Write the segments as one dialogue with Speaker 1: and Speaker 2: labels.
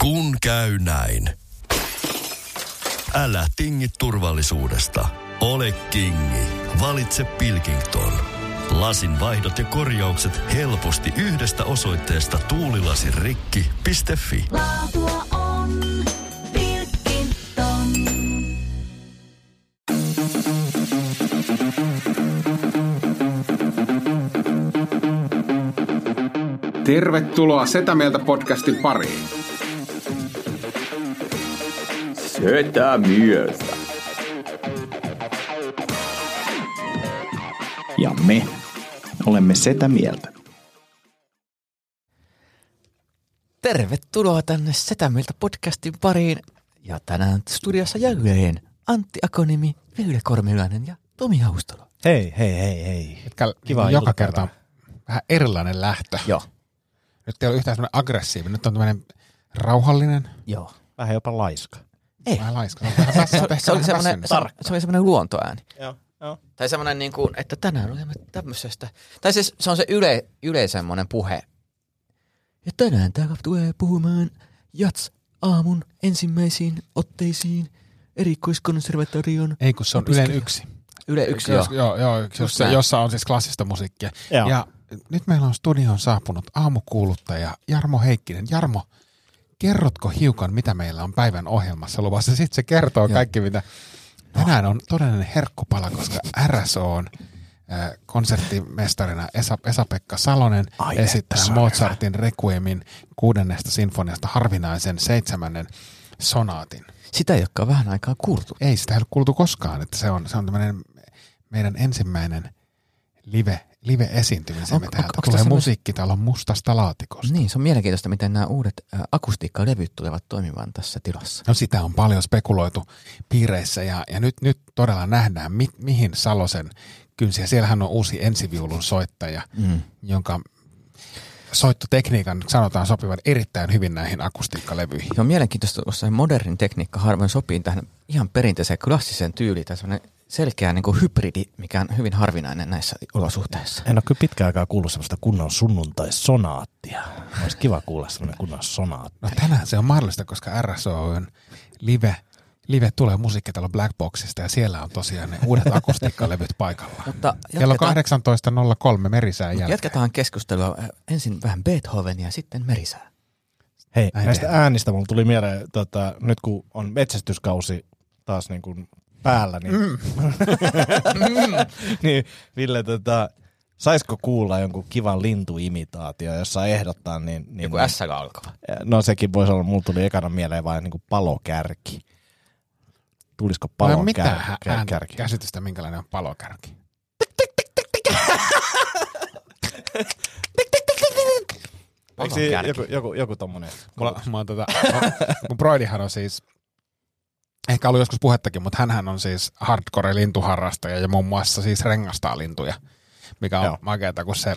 Speaker 1: Kun käy näin. Älä tingi turvallisuudesta. Ole kingi. Valitse Pilkington. Lasin vaihdot ja korjaukset helposti yhdestä osoitteesta tuulilasirikki.fi.
Speaker 2: Laatua on Pilkington.
Speaker 3: Tervetuloa Setä Mieltä podcastin pariin.
Speaker 4: Sötä myötä.
Speaker 5: Ja me olemme sitä mieltä.
Speaker 6: Tervetuloa tänne Setä Mieltä podcastin pariin. Ja tänään studiossa jälleen Antti Akonimi, Ville Kormilainen ja Tomi Haustalo.
Speaker 7: Hei, hei, hei, hei.
Speaker 8: Mitkä
Speaker 7: Kivaa
Speaker 8: Kiva joka kerta
Speaker 7: iltapäivää.
Speaker 8: on vähän erilainen lähtö.
Speaker 6: Joo.
Speaker 8: Nyt ei ole yhtään semmoinen aggressiivinen, nyt on tämmöinen rauhallinen,
Speaker 6: Joo.
Speaker 7: Vähän jopa laiska.
Speaker 6: Ei.
Speaker 8: vähän laiska. Se on vähän väsy-
Speaker 6: Se, se, oli
Speaker 8: vähän
Speaker 6: semmoinen,
Speaker 8: väsynyt.
Speaker 6: se, oli- se oli semmoinen luontoääni.
Speaker 7: Joo, joo.
Speaker 6: Tai semmoinen, niin kuin, että tänään olemme tämmöisestä. Tai siis se on se yle, yle semmoinen puhe. Ja tänään täällä tulee puhumaan Jats aamun ensimmäisiin otteisiin erikoiskonservatorion
Speaker 8: Ei kun se on
Speaker 6: Opiskelija.
Speaker 8: Ylen yksi.
Speaker 6: Yle 1. Joo.
Speaker 8: Jos- joo, joo jossa,
Speaker 6: näin.
Speaker 8: jossa on siis klassista musiikkia.
Speaker 7: Joo.
Speaker 8: Ja nyt meillä on studioon saapunut aamukuuluttaja Jarmo Heikkinen. Jarmo, kerrotko hiukan, mitä meillä on päivän ohjelmassa luvassa? Sitten se kertoo
Speaker 6: Joo.
Speaker 8: kaikki, mitä... Tänään on todellinen herkkupala, koska RSO on äh, konserttimestarina Esa, Esa-Pekka Salonen
Speaker 7: Ai
Speaker 8: esittää
Speaker 7: että, se on
Speaker 8: Mozartin Requiemin kuudennesta sinfoniasta harvinaisen seitsemännen sonaatin.
Speaker 6: Sitä, joka on vähän aikaa kuultu.
Speaker 8: Ei sitä ei ole kuultu koskaan, että se on, se on tämmöinen meidän ensimmäinen live, live-esiintymisen.
Speaker 6: On-
Speaker 8: me
Speaker 6: on-
Speaker 8: täältä
Speaker 6: onko
Speaker 8: tulee
Speaker 6: tässä
Speaker 8: musiikkitalon mustasta laatikosta.
Speaker 6: Niin, se on mielenkiintoista, miten nämä uudet ä, akustiikkalevyt tulevat toimimaan tässä tilassa.
Speaker 8: No sitä on paljon spekuloitu piireissä ja, ja nyt, nyt todella nähdään, mi, mihin Salosen kynsiä. Siellähän on uusi ensiviulun soittaja,
Speaker 6: Mm.
Speaker 8: jonka soittotekniikan sanotaan sopivan erittäin hyvin näihin akustiikkalevyihin.
Speaker 6: Se on mielenkiintoista, koska se modernin tekniikka harvoin sopii tähän ihan perinteiseen klassiseen tyyliin. Tämä on semmoinen selkeä niin kuin hybridi, mikä on hyvin harvinainen näissä olosuhteissa.
Speaker 7: En ole kyllä pitkään aikaa kuullut semmoista kunnon sunnuntai-sonaattia. Olisi kiva kuulla semmoinen kunnon sonaatti.
Speaker 8: No tänään se on mahdollista, koska RSO on live, live tulee musiikkitalo Black Boxista ja siellä on tosiaan ne uudet akustiikkalevyt paikallaan.
Speaker 6: Mutta
Speaker 8: Kello
Speaker 6: jatketaan,
Speaker 8: 18.03 merisään jälkeen.
Speaker 6: jatketaan keskustelua. Ä, Ensin vähän Beethovenia ja sitten Merisää.
Speaker 7: Hei,
Speaker 8: Näin
Speaker 5: niin.
Speaker 7: näistä
Speaker 8: tehdään.
Speaker 7: äänistä mulla tuli mieleen, tota, nyt kun on metsästyskausi taas niin kuin päällä, niin, mm. niin Ville, tota, saisiko kuulla jonkun kivan lintuimitaatio, jossa ehdottaa, niin... niin
Speaker 6: Joku
Speaker 7: niin-
Speaker 6: S alkava.
Speaker 7: No sekin voisi olla, mulla tuli ekana mieleen vain niin kuin palokärki. Tulisiko
Speaker 5: No
Speaker 8: Ei
Speaker 7: palon
Speaker 8: ole mitään
Speaker 7: kär,
Speaker 8: hä-
Speaker 7: kär,
Speaker 8: ääntä-
Speaker 7: kärki?
Speaker 8: käsitystä, minkälainen on palokärki.
Speaker 7: Eikö
Speaker 6: Palon
Speaker 7: siinä
Speaker 6: kärki.
Speaker 7: joku, joku, joku tommonen?
Speaker 8: Mulla, mä oon tota, mun Broidihan on siis, ehkä ollut joskus puhettakin, mutta hänhän on siis hardcore-lintuharrastaja ja muun muassa siis rengastaa lintuja, mikä on
Speaker 7: Joo.
Speaker 8: Joo. makeata, kun se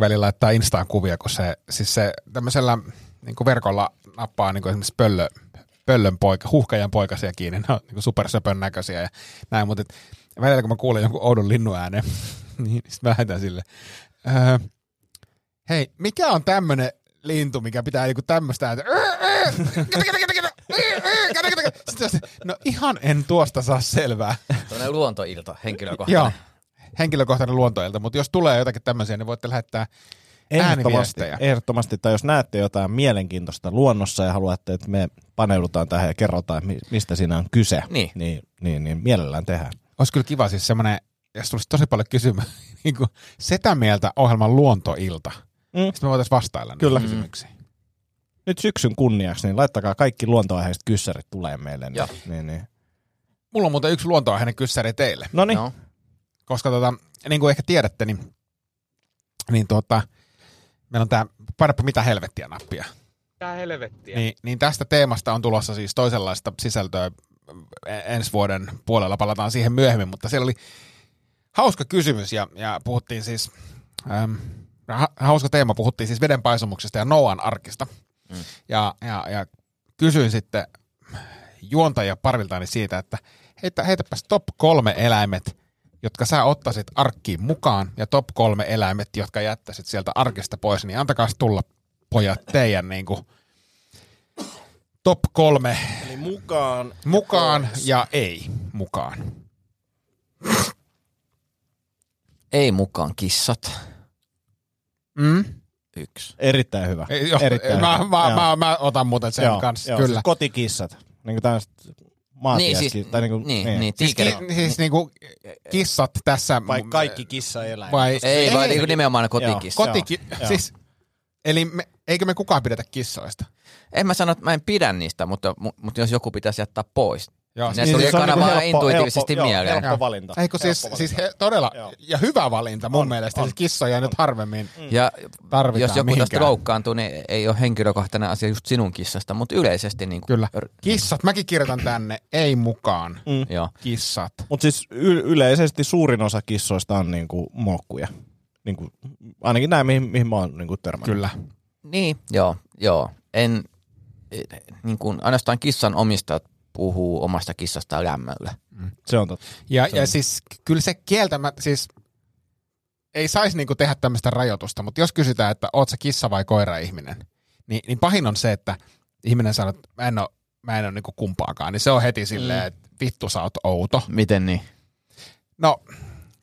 Speaker 8: välillä laittaa Instaan kuvia, kun se, siis se tämmöisellä niin verkolla nappaa niin esimerkiksi pöllö, pöllön poika, huhkajan poikasia kiinni, ne on niin supersöpön näköisiä ja näin, mutta et, välillä kun mä kuulen jonkun oudon linnun äänen, niin sitten mä lähetän sille. Öö, hei, mikä on tämmönen lintu, mikä pitää joku tämmöistä ääntä? Sitten se, no ihan en tuosta saa selvää.
Speaker 6: Tuollainen luontoilta henkilökohtainen.
Speaker 8: Joo, henkilökohtainen luontoilta, mutta jos tulee jotakin tämmöisiä, niin voitte lähettää
Speaker 7: Ehdottomasti,
Speaker 8: ääniviestejä.
Speaker 7: ehdottomasti, tai jos näette jotain mielenkiintoista luonnossa ja haluatte, että me paneudutaan tähän ja kerrotaan, että mi- mistä siinä on kyse,
Speaker 6: Niin.
Speaker 7: niin, niin, niin mielellään tehdään.
Speaker 8: Olisi kyllä kiva siis semmoinen, jos tulisi tosi paljon kysymään, niin kuin sitä mieltä ohjelman luontoilta.
Speaker 7: Mm.
Speaker 8: Sitten me voitaisiin vastailla
Speaker 7: Kyllä.
Speaker 8: niihin kysymyksiin.
Speaker 7: Nyt syksyn kunniaksi, niin laittakaa kaikki luontoaiheiset kyssärit tulee meille. Niin,
Speaker 6: Joo.
Speaker 7: niin, niin.
Speaker 8: Mulla on muuten yksi luontoaiheinen kyssäri teille.
Speaker 7: Noniin.
Speaker 6: No,
Speaker 8: koska tota, niin kuin ehkä tiedätte, niin, niin tuota, meillä on tämä painappa mitä helvettiä nappia. Mitä helvettiä. Niin, niin tästä teemasta on tulossa siis toisenlaista sisältöä e- ensi vuoden puolella, palataan siihen myöhemmin, mutta siellä oli hauska kysymys ja, ja puhuttiin siis, äm, ha, hauska teema, puhuttiin siis veden paisumuksesta ja Noan arkista. Mm. Ja, ja, ja kysyin sitten juontajia pariltaani siitä, että heitä, heitäpäs top kolme eläimet, jotka sä ottaisit arkkiin mukaan, ja top kolme eläimet, jotka jättäisit sieltä arkista pois, niin antakaa tulla pojat teidän niin kuin, niinku top kolme
Speaker 7: Eli mukaan.
Speaker 8: mukaan ja ei mukaan.
Speaker 6: Ei mukaan kissat.
Speaker 8: Mm?
Speaker 6: Yksi.
Speaker 7: Erittäin hyvä.
Speaker 8: Ei, Joo,
Speaker 7: Erittäin
Speaker 8: mä,
Speaker 7: hyvä.
Speaker 8: mä,
Speaker 7: Joo.
Speaker 8: mä, mä, otan muuten sen
Speaker 7: Joo,
Speaker 8: kanssa,
Speaker 7: joo,
Speaker 8: kyllä.
Speaker 7: Siis kotikissat. Niin kuin tämmöiset
Speaker 6: Niin,
Speaker 7: maatiaiskissat.
Speaker 6: siis,
Speaker 7: tai niin, kuin,
Speaker 6: niin, niin,
Speaker 8: Siis,
Speaker 6: tiikeri.
Speaker 8: ki, siis niinku kissat tässä.
Speaker 7: Vai kaikki kissaeläimet.
Speaker 8: Vai,
Speaker 6: Ei, vaan niinku nimenomaan ne kotikissat.
Speaker 7: Joo.
Speaker 8: Kotiki,
Speaker 7: Joo.
Speaker 8: siis, eli me, eikö me kukaan pidetä kissoista?
Speaker 6: En mä sano, että mä en pidä niistä, mutta, mu- mutta jos joku pitäisi jättää pois.
Speaker 8: Joo,
Speaker 6: Ne
Speaker 8: siis-
Speaker 6: tuli
Speaker 7: se on
Speaker 6: ekana
Speaker 7: niinku
Speaker 6: vaan
Speaker 7: helppo-
Speaker 6: intuitiivisesti
Speaker 7: helppo- joo,
Speaker 6: mieleen.
Speaker 7: Helppo valinta.
Speaker 8: Eikö siis,
Speaker 7: Helppo
Speaker 8: siis
Speaker 7: valinta.
Speaker 8: he, todella,
Speaker 7: Joo.
Speaker 8: ja hyvä valinta mun
Speaker 7: On,
Speaker 8: mielestä,
Speaker 7: on.
Speaker 8: siis kissoja nyt harvemmin
Speaker 6: Ja
Speaker 8: tarvitaan
Speaker 6: jos joku tästä
Speaker 8: mihinkään.
Speaker 6: loukkaantuu, niin ei ole henkilökohtainen asia just sinun kissasta, mutta yleisesti niin kuin,
Speaker 8: Kyllä.
Speaker 6: r-
Speaker 8: Kissat, mäkin kirjoitan tänne, ei mukaan.
Speaker 6: joo.
Speaker 8: Kissat.
Speaker 7: Mutta siis y- yleisesti suurin osa kissoista on niinku mokkuja. Niinku, ainakin nämä, mihin, mihin mä oon niinku törmännyt.
Speaker 8: Kyllä.
Speaker 6: Niin, joo, joo. En, eh, niin kuin, ainoastaan kissan omistajat puhuu omasta kissastaan lämmöllä.
Speaker 7: Se on totta.
Speaker 8: Ja,
Speaker 7: Se
Speaker 8: ja
Speaker 7: on-
Speaker 8: siis kyllä se kieltämättä, siis ei saisi niinku tehdä tämmöistä rajoitusta, mutta jos kysytään, että oot sä kissa vai koira-ihminen, niin, niin pahin on se, että ihminen sanoo, että mä en ole, mä en ole niinku kumpaakaan, niin se on heti silleen, että vittu sä oot outo.
Speaker 6: Miten niin?
Speaker 8: No,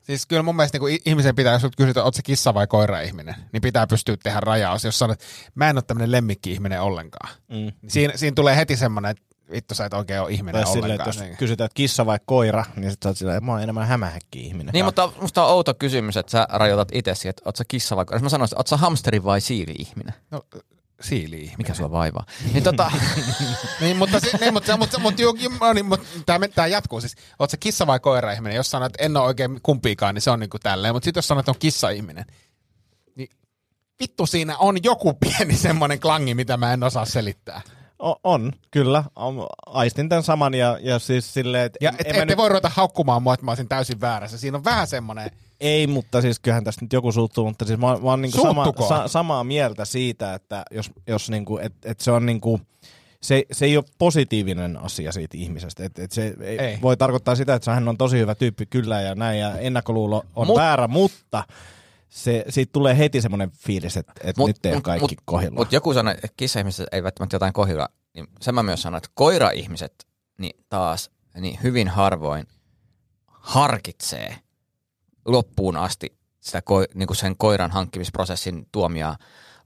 Speaker 8: siis kyllä mun mielestä niin ihmisen pitää, jos sut kysytään, oot se kissa vai koira-ihminen, niin pitää pystyä tehdä rajaus. Jos sanot, mä en ole tämmöinen lemmikki-ihminen ollenkaan,
Speaker 7: Mm.
Speaker 8: niin siinä, siinä tulee heti semmoinen, että vittu sä et oikein ole ihminen
Speaker 7: Tai silleen, että
Speaker 8: ollenkaan.
Speaker 7: jos
Speaker 8: niin.
Speaker 7: kysytään, että kissa vai koira, niin sitten sä oot silleen, että mä oon enemmän hämähäkki-ihminen.
Speaker 6: Niin, mutta musta on outo kysymys, että sä rajoitat itse siihen, että oot sä kissa vai... Jos mä sanoisin, että oot sä hamsteri vai siili-ihminen?
Speaker 8: no, siili
Speaker 6: Mikä sua vaivaa? Niin tota...
Speaker 8: niin, mutta, se, niin, mutta, mutta, mutta, mutta, mutta, niin, mutta tämä, tämä jatkuu siis. Oot se kissa vai koira-ihminen? Jos sanot, että en ole oikein kumpiikaan, niin se on niin kuin tälleen. Mutta sitten jos sanot, että on kissa-ihminen, niin vittu siinä on joku pieni semmoinen klangi, mitä mä en osaa selittää.
Speaker 7: O- on, kyllä. On, aistin tämän saman ja, ja siis silleen, että...
Speaker 8: Ja
Speaker 7: en-
Speaker 8: et,
Speaker 7: en
Speaker 8: ette
Speaker 7: mä
Speaker 8: nyt... voi ruveta haukkumaan mua, että mä olisin täysin väärässä. Siinä on vähän semmoinen,
Speaker 7: Ei, mutta siis kyllähän tästä nyt joku suuttuu, mutta siis mä, oon- mä oon niinku sama,
Speaker 8: Suuttukoon.
Speaker 7: sa, samaa mieltä siitä, että jos, jos niinku, et, et se on niinku, se, se ei ole positiivinen asia siitä ihmisestä. Et, et se ei,
Speaker 8: Ei.
Speaker 7: ei. voi tarkoittaa sitä, että hän on tosi hyvä tyyppi kyllä ja näin ja ennakkoluulo on
Speaker 6: Mut-
Speaker 7: mut, väärä, mutta se, siitä tulee heti semmoinen fiilis, että et nyt ei ole kaikki mut, kohdillaan.
Speaker 6: Mutta joku sanoi, että kissa-ihmiset ei välttämättä jotain kohdilla. Niin sen mä myös sanoin, että koira-ihmiset niin taas niin hyvin harvoin harkitsee loppuun asti sitä ko- niin kuin sen koiran hankkimisprosessin tuomia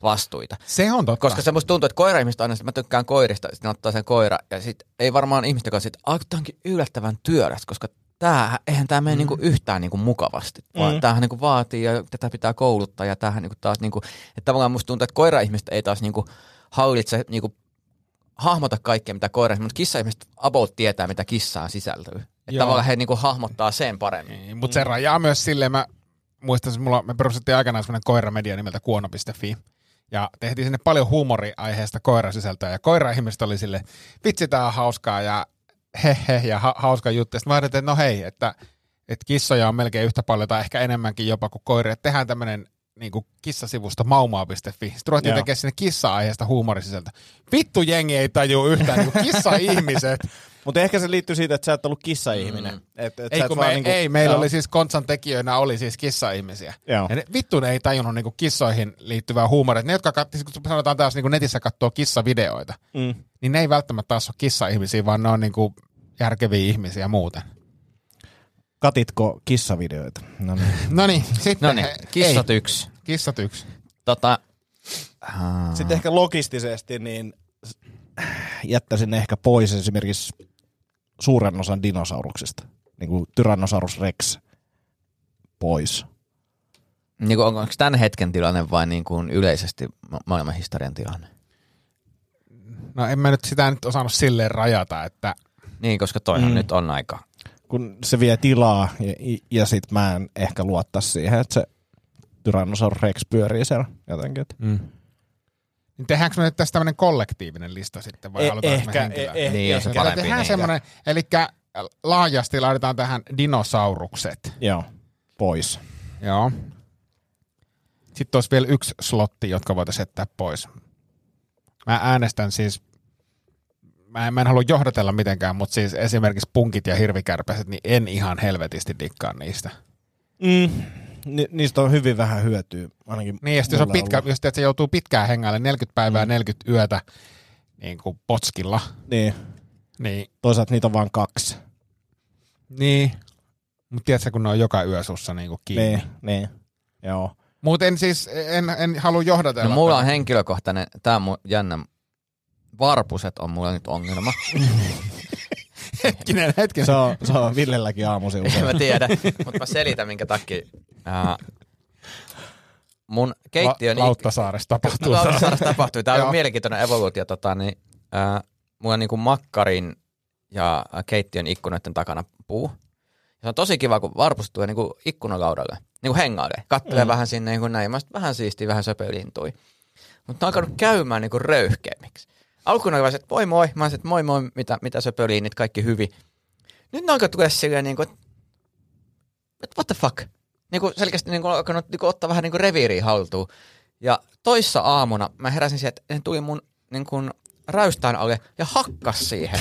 Speaker 6: vastuita.
Speaker 8: se on totta.
Speaker 6: Koska se musta tuntuu, että koira-ihmiset aina, että mä tykkään koirista, sitten ottaa sen koira, ja sit ei varmaan ihmistä kanssa, että "Ah, tää onkin yllättävän työlästä, koska tää, eihän tämä mene mm. niinku yhtään niinku mukavasti, vaan mm.
Speaker 7: Mm.
Speaker 6: tämähän niinku vaatii ja tätä pitää kouluttaa, ja tämähän niinku taas, niinku, että tavallaan musta tuntuu, että koira-ihmiset ei taas niinku hallitse, niinku, hahmota kaikkea, mitä koira, mutta kissa-ihmiset about tietää, mitä kissaan sisältyy. Että
Speaker 8: Joo.
Speaker 6: tavallaan he niinku hahmottaa sen paremmin.
Speaker 8: Mutta Niin, se rajaa myös silleen, mä muistan, että mulla, me perustettiin aikanaan semmoinen koiramedia nimeltä kuono.fi. Ja tehtiin sinne paljon huumoriaiheesta koirasisältöä. Ja koira-ihmiset oli sille, vitsi tää on hauskaa ja he he ja ha- hauska juttu. Ja Sitten mä ajattelin, että no hei, että, että kissoja on melkein yhtä paljon tai ehkä enemmänkin jopa kuin koiria. Että Tehdään tämmöinen niin kuin kissasivusto maumaa.fi. Sitten ruvettiin
Speaker 7: Joo.
Speaker 8: tekemään sinne kissa-aiheesta huumorisisältä. Vittu jengi ei tajua yhtään, niin kuin kissa-ihmiset.
Speaker 7: Mutta ehkä se liittyy siitä, että sä et ollut kissa-ihminen. Mm. Et, et sä
Speaker 8: Ei,
Speaker 7: et
Speaker 8: kun
Speaker 7: vaan
Speaker 8: me,
Speaker 7: niinku-
Speaker 8: ei, meillä
Speaker 7: Joo.
Speaker 8: oli siis Kontsan tekijöinä oli siis kissaihmisiä.
Speaker 7: Joo.
Speaker 8: Ja ne, vittu ne ei tajunnut niinku kissoihin liittyvää huumoria. Et Ne, jotka kat, siis kun sanotaan taas niinku netissä katsoo kissavideoita,
Speaker 7: Mm.
Speaker 8: niin ne ei välttämättä taas ole kissaihmisiä, vaan ne on niinku järkeviä ihmisiä muuten.
Speaker 7: Katitko kissavideoita? No niin.
Speaker 8: No niin, sitten
Speaker 6: No niin,
Speaker 8: he-
Speaker 6: kissat
Speaker 8: ei,
Speaker 6: yksi.
Speaker 8: kissat yksi.
Speaker 6: Tota,
Speaker 7: Sitten ehkä logistisesti niin s- jättäisin ehkä pois esimerkiksi suuren osan dinosauruksista. Niin kuin Tyrannosaurus Rex pois.
Speaker 6: Niin kuin, onko, onko tämän hetken tilanne vai niin kuin yleisesti ma- maailman historian tilanne?
Speaker 8: No en mä nyt sitä nyt osannut silleen rajata, että
Speaker 6: Niin, koska toihan mm.
Speaker 7: Mm.
Speaker 6: nyt on aika.
Speaker 7: Kun se vie tilaa ja, ja sit mä en ehkä luottaa siihen, että se Tyrannosaurus Rex pyörii siellä jotenkin. Et-
Speaker 8: Mm. niin tehdäänkö me nyt tästä tämmöinen kollektiivinen lista sitten vai
Speaker 7: Eh-
Speaker 8: aloitetaan
Speaker 7: ehkä-
Speaker 8: henkilöä?
Speaker 7: eh- eh-
Speaker 6: Niin,
Speaker 7: jos
Speaker 6: ehkä
Speaker 7: me-
Speaker 8: Vaan
Speaker 6: parempi,
Speaker 8: tehdään
Speaker 6: niin.
Speaker 8: semmoinen, eli laajasti laitetaan tähän dinosaurukset.
Speaker 7: Joo, pois.
Speaker 8: Joo. Sitten olisi vielä yksi slotti, jotka voitaisiin jättää pois. Mä äänestän siis, mä en, mä en halua johdatella mitenkään, mutta siis esimerkiksi punkit ja hirvikärpäset, niin en ihan helvetisti dikkaa niistä.
Speaker 7: Mm. Ni- niistä on hyvin vähän hyötyä. Ainakin
Speaker 8: Niin, ja sitten jos, on
Speaker 7: mulle
Speaker 8: pitkä,
Speaker 7: ollut.
Speaker 8: jos teet, se joutuu pitkään hengaille, 40 päivää, mm. 40 yötä, niin kuin potskilla.
Speaker 7: Niin.
Speaker 8: Niin.
Speaker 7: Toisaalta niitä on vain kaksi.
Speaker 8: Niin. Mutta tiedätkö, kun ne on joka yö sussa niin kuin kiinni.
Speaker 7: Niin, niin. Joo.
Speaker 8: Mutta en siis, en, en halua johdatella.
Speaker 6: No, mulla on
Speaker 8: tätä.
Speaker 6: henkilökohtainen, tää on mun jännä, varpuset on mulla nyt ongelma.
Speaker 8: hetkinen, hetkinen.
Speaker 7: Se on, se on Villelläkin aamuisin
Speaker 6: en
Speaker 7: usein.
Speaker 6: mä tiedä, mutta mä selitän minkä takia. Ää, mun niin- keittiön...
Speaker 8: La- Lauttasaaressa tapahtuu.
Speaker 6: Lauttasaarassa tapahtui. Tämä on
Speaker 8: Joo.
Speaker 6: aika mielenkiintoinen evoluutio. Tota, niin, ää, mulla on niinku makkarin ja keittiön ikkunoiden takana puu. Ja se on tosi kiva, kun varpustuu niinku ikkunalaudalle, niinku hengailee. Kattelee mm. vähän sinne niinku näin. Mä sit vähän siistiä, vähän söpölintui. Mutta on alkanut käymään niinku röyhkeämmiksi. Alkuun oli vaan se, että moi moi. Mä sanoin, että moi moi, mitä, mitä söpöliinit, kaikki hyvin. Nyt ne alkaa tulla silleen niinku, että että what the fuck? Niin kuin selkeästi niin kuin alkanut niin kuin ottaa vähän niin kuin reviiriä haltuun. Ja toissa aamuna mä heräsin siihen, että ne tuli mun niin kuin räystään alle ja hakkas siihen.